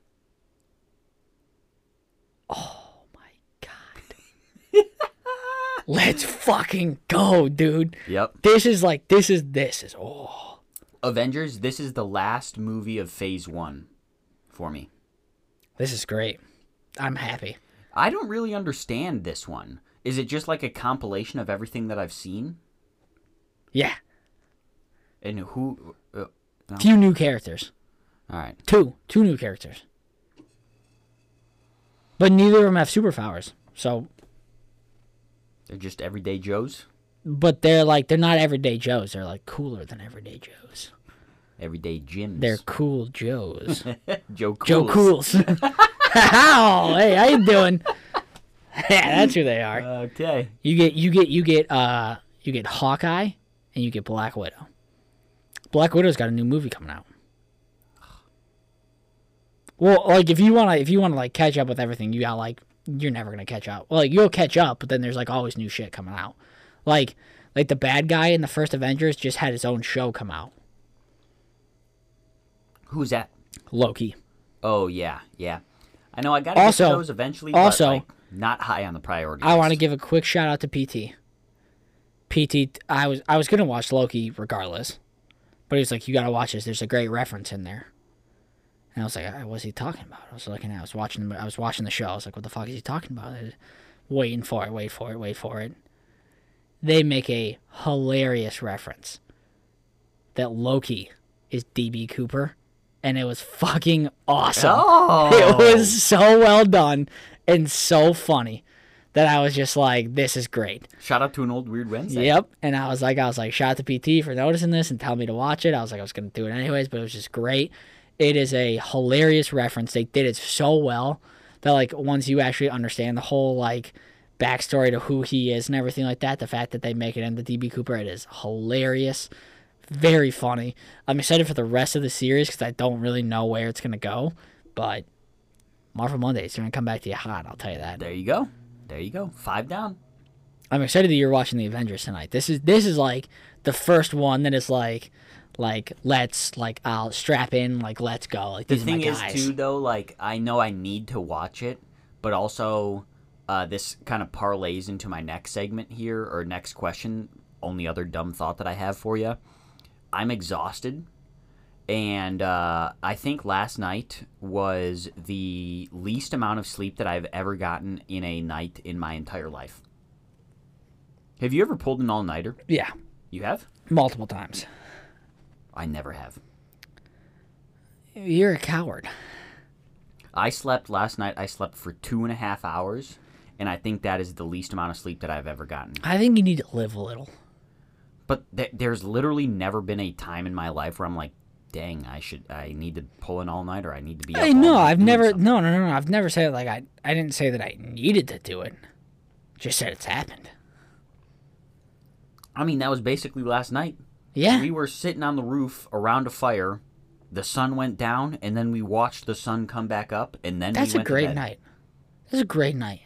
Let's fucking go, dude. Yep. This is like this is this is oh Avengers, this is the last movie of phase one for me. this is great. I'm happy. I don't really understand this one. Is it just like a compilation of everything that I've seen? Yeah. And who. Uh, no. Few new characters. All right. Two. Two new characters. But neither of them have superpowers. So They're just everyday Joes? but they're like they're not everyday Joes. They're like cooler than everyday Joes. Everyday Jims. They're cool Joes. Joe Cool. Joe Cools. oh, hey, how you doing? yeah, that's who they are. Okay. You get you get you get uh you get Hawkeye and you get Black Widow. Black Widow's got a new movie coming out. Well, like if you wanna if you wanna like catch up with everything, you got like you're never gonna catch up. Well, like you'll catch up, but then there's like always new shit coming out. Like like the bad guy in the first Avengers just had his own show come out. Who's that? Loki. Oh yeah, yeah. I know I gotta Also- get to those eventually. but, also- like, not high on the priority. I list. want to give a quick shout out to PT. PT, I was I was gonna watch Loki regardless, but he was like, "You gotta watch this. There's a great reference in there." And I was like, "What's he talking about?" I was looking, at, I was watching, I was watching the show. I was like, "What the fuck is he talking about?" I was waiting for it, wait for it, wait for it. They make a hilarious reference that Loki is DB Cooper, and it was fucking awesome. It Oh, was so well done and so funny that I was just like, this is great. shout out to an old weird Wednesday. Yep. And I was like, I was like, shout out to PT for noticing this and telling me to watch it. I was like, I was going to do it anyways, but it was just great. It is a hilarious reference. They did it so well that, like, once you actually understand the whole, like, backstory to who he is and everything like that, the fact that they make it into DB Cooper, it is hilarious. Very funny. I'm excited for the rest of the series because I don't really know where it's going to go, but. Marvel Mondays, they're gonna come back to you hot. I'll tell you that. There you go. There you go. Five down. I'm excited that you're watching the Avengers tonight. This is this is like the first one that is like, like let's like I'll strap in, like let's go. Like The these thing are my is, guys. too, though, like I know I need to watch it, but also uh, this kind of parlays into my next segment here or next question. Only other dumb thought that I have for you. I'm exhausted, and uh, I think last night was the least amount of sleep that I've ever gotten in a night in my entire life. Have you ever pulled an all nighter? yeah, You have? multiple times. I never have. You're a coward. I slept last night. I slept for two and a half hours, and I think that is the least amount of sleep that I've ever gotten. I think you need to live a little. But th- there's literally never been a time in my life where I'm like, "Dang, I should, I need to pull an all nighter. I need to be." Hey, up all no, night I've doing never. something." No, no, no, no. I've never said like I. I didn't say that I needed to do it. Just said it's happened. I mean, that was basically last night. Yeah. We were sitting on the roof around a fire. The sun went down, and then we watched the sun come back up, and then That's a we went to great bed. night. That's a great night.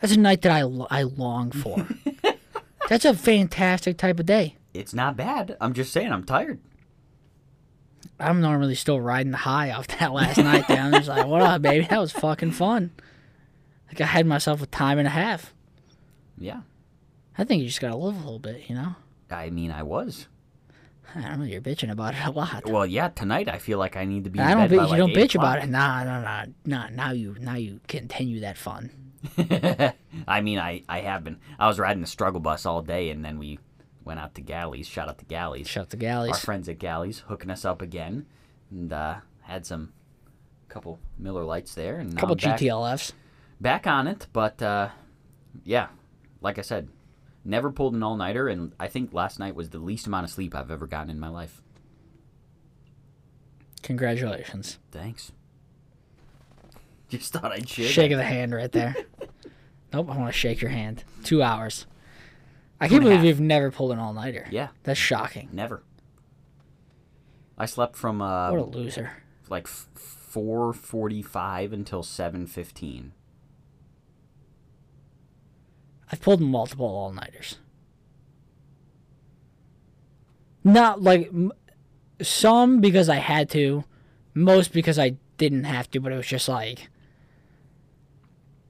That's a night that I, lo- I long for. That's a fantastic type of day. It's not bad. I'm just saying, I'm tired. I'm normally still riding the high off that last night down. It's like, what up, baby? That was fucking fun. Like, I had myself a time and a half. Yeah, I think you just gotta live a little bit, you know? I mean, I was. I don't know, you're bitching about it a lot. Well, yeah, tonight I feel like I need to be. In I don't bed bitch, by you like don't 8 bitch about it. Nah, nah, nah, nah. Now you, now you continue that fun. I mean, I, I have been. I was riding the struggle bus all day, and then we went out to Galleys. Shout out to Galleys. Shut the Our galleys. friends at Galleys hooking us up again, and uh, had some couple Miller Lights there, and now couple I'm back, GTLFs. back on it. But uh, yeah, like I said, never pulled an all nighter, and I think last night was the least amount of sleep I've ever gotten in my life. Congratulations. Thanks. Just thought I'd share. Shake that. of the hand right there. nope, I want to shake your hand. Two hours. I can't and a believe half. you've never pulled an all nighter. Yeah, That's shocking. never. I slept from uh, What a loser. like f- 4:45 until 7:15. I've pulled multiple all nighters. Not like m- some because I had to, most because I didn't have to, but it was just like.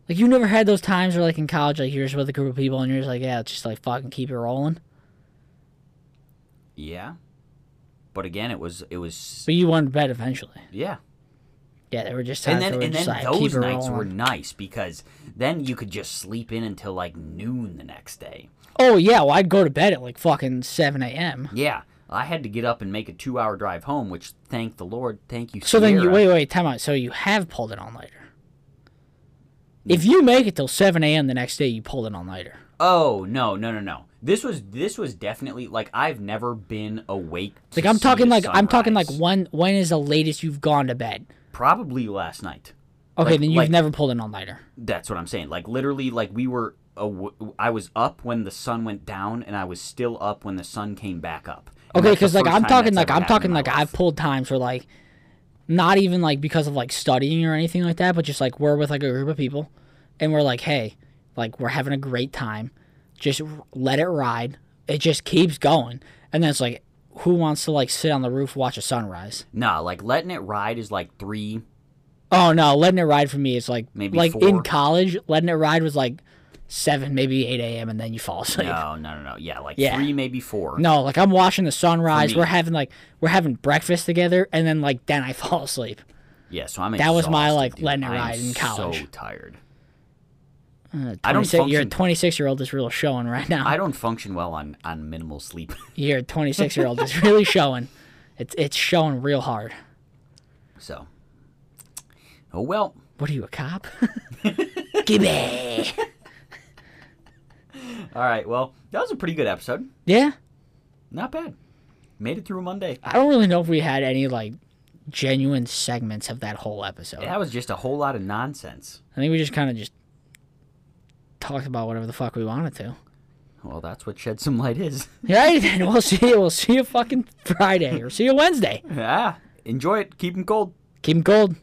Like, you never had those times where, like, in college, like, you're just with a group of people and you're just like, yeah, let's just, like, fucking keep it rolling. Yeah. But again, it was it was But you went to bed eventually. yeah. Yeah, they were just times And then where and we're then just like, keep those it nights rolling. were nice because then you could just sleep in until like noon the next day. Oh yeah, well I'd go to bed at like fucking seven a.m. Yeah. I had to get up and make a 2-hour drive home, which thank the Lord, thank you. So then you Sierra. wait, wait, time out. So you have pulled an all nighter. If you make it till seven a.m. the next day, you pulled an all nighter. Oh, no, no, no, no. This was this was definitely like I've never been awake. to Like I'm see talking the like I'm talking like sunrise. when when is the latest you've gone to bed? probably last night. Okay, Like- then you've like- never pulled an all nighter. That's what I'm saying. Like literally, like we were. Aw- I was up when the sun went down, and I was still up when the sun came back up. And Okay, that's the because like first I'm time talking that's like ever I'm happened talking in my like I've life. pulled times where like not even like because of like studying or anything like that, but just like we're with like a group of people and we're like, hey, like we're having a great time. Just r- let it ride. It just keeps going. And then it's like, who wants to like sit on the roof watch a sunrise? Nah, like letting it ride is like three. Oh no, letting it ride for me is like Maybe like four. in college, letting it ride was like seven, maybe eight AM and then you fall asleep. No, no, no, no. Yeah, like Yeah. three, maybe four. No, like I'm watching the sunrise. me. We're having like we're having breakfast together, and then like then I fall asleep. Yeah, so I'm. That was my, exhausted, like, dude. letting it I am ride in college. So tired. Uh, I don't 26 You're a function- 26 year old that's really showing right now. I don't function well on on minimal sleep. You're a 26 year old that's really showing. It's it's showing real hard. so. Oh well. What are you a cop? Gimme. All right. Well, that was a pretty good episode. Yeah, Not bad. Made it through Monday. I don't really know if we had any like genuine segments of that whole episode. That was just a whole lot of nonsense. I think we just kind of just talked about whatever the fuck we wanted to. Well, that's what shed some light is. Right, then we'll see. We'll see you fucking Friday or see you Wednesday. Yeah. Enjoy it. Keep them cold. Keep 'em cold.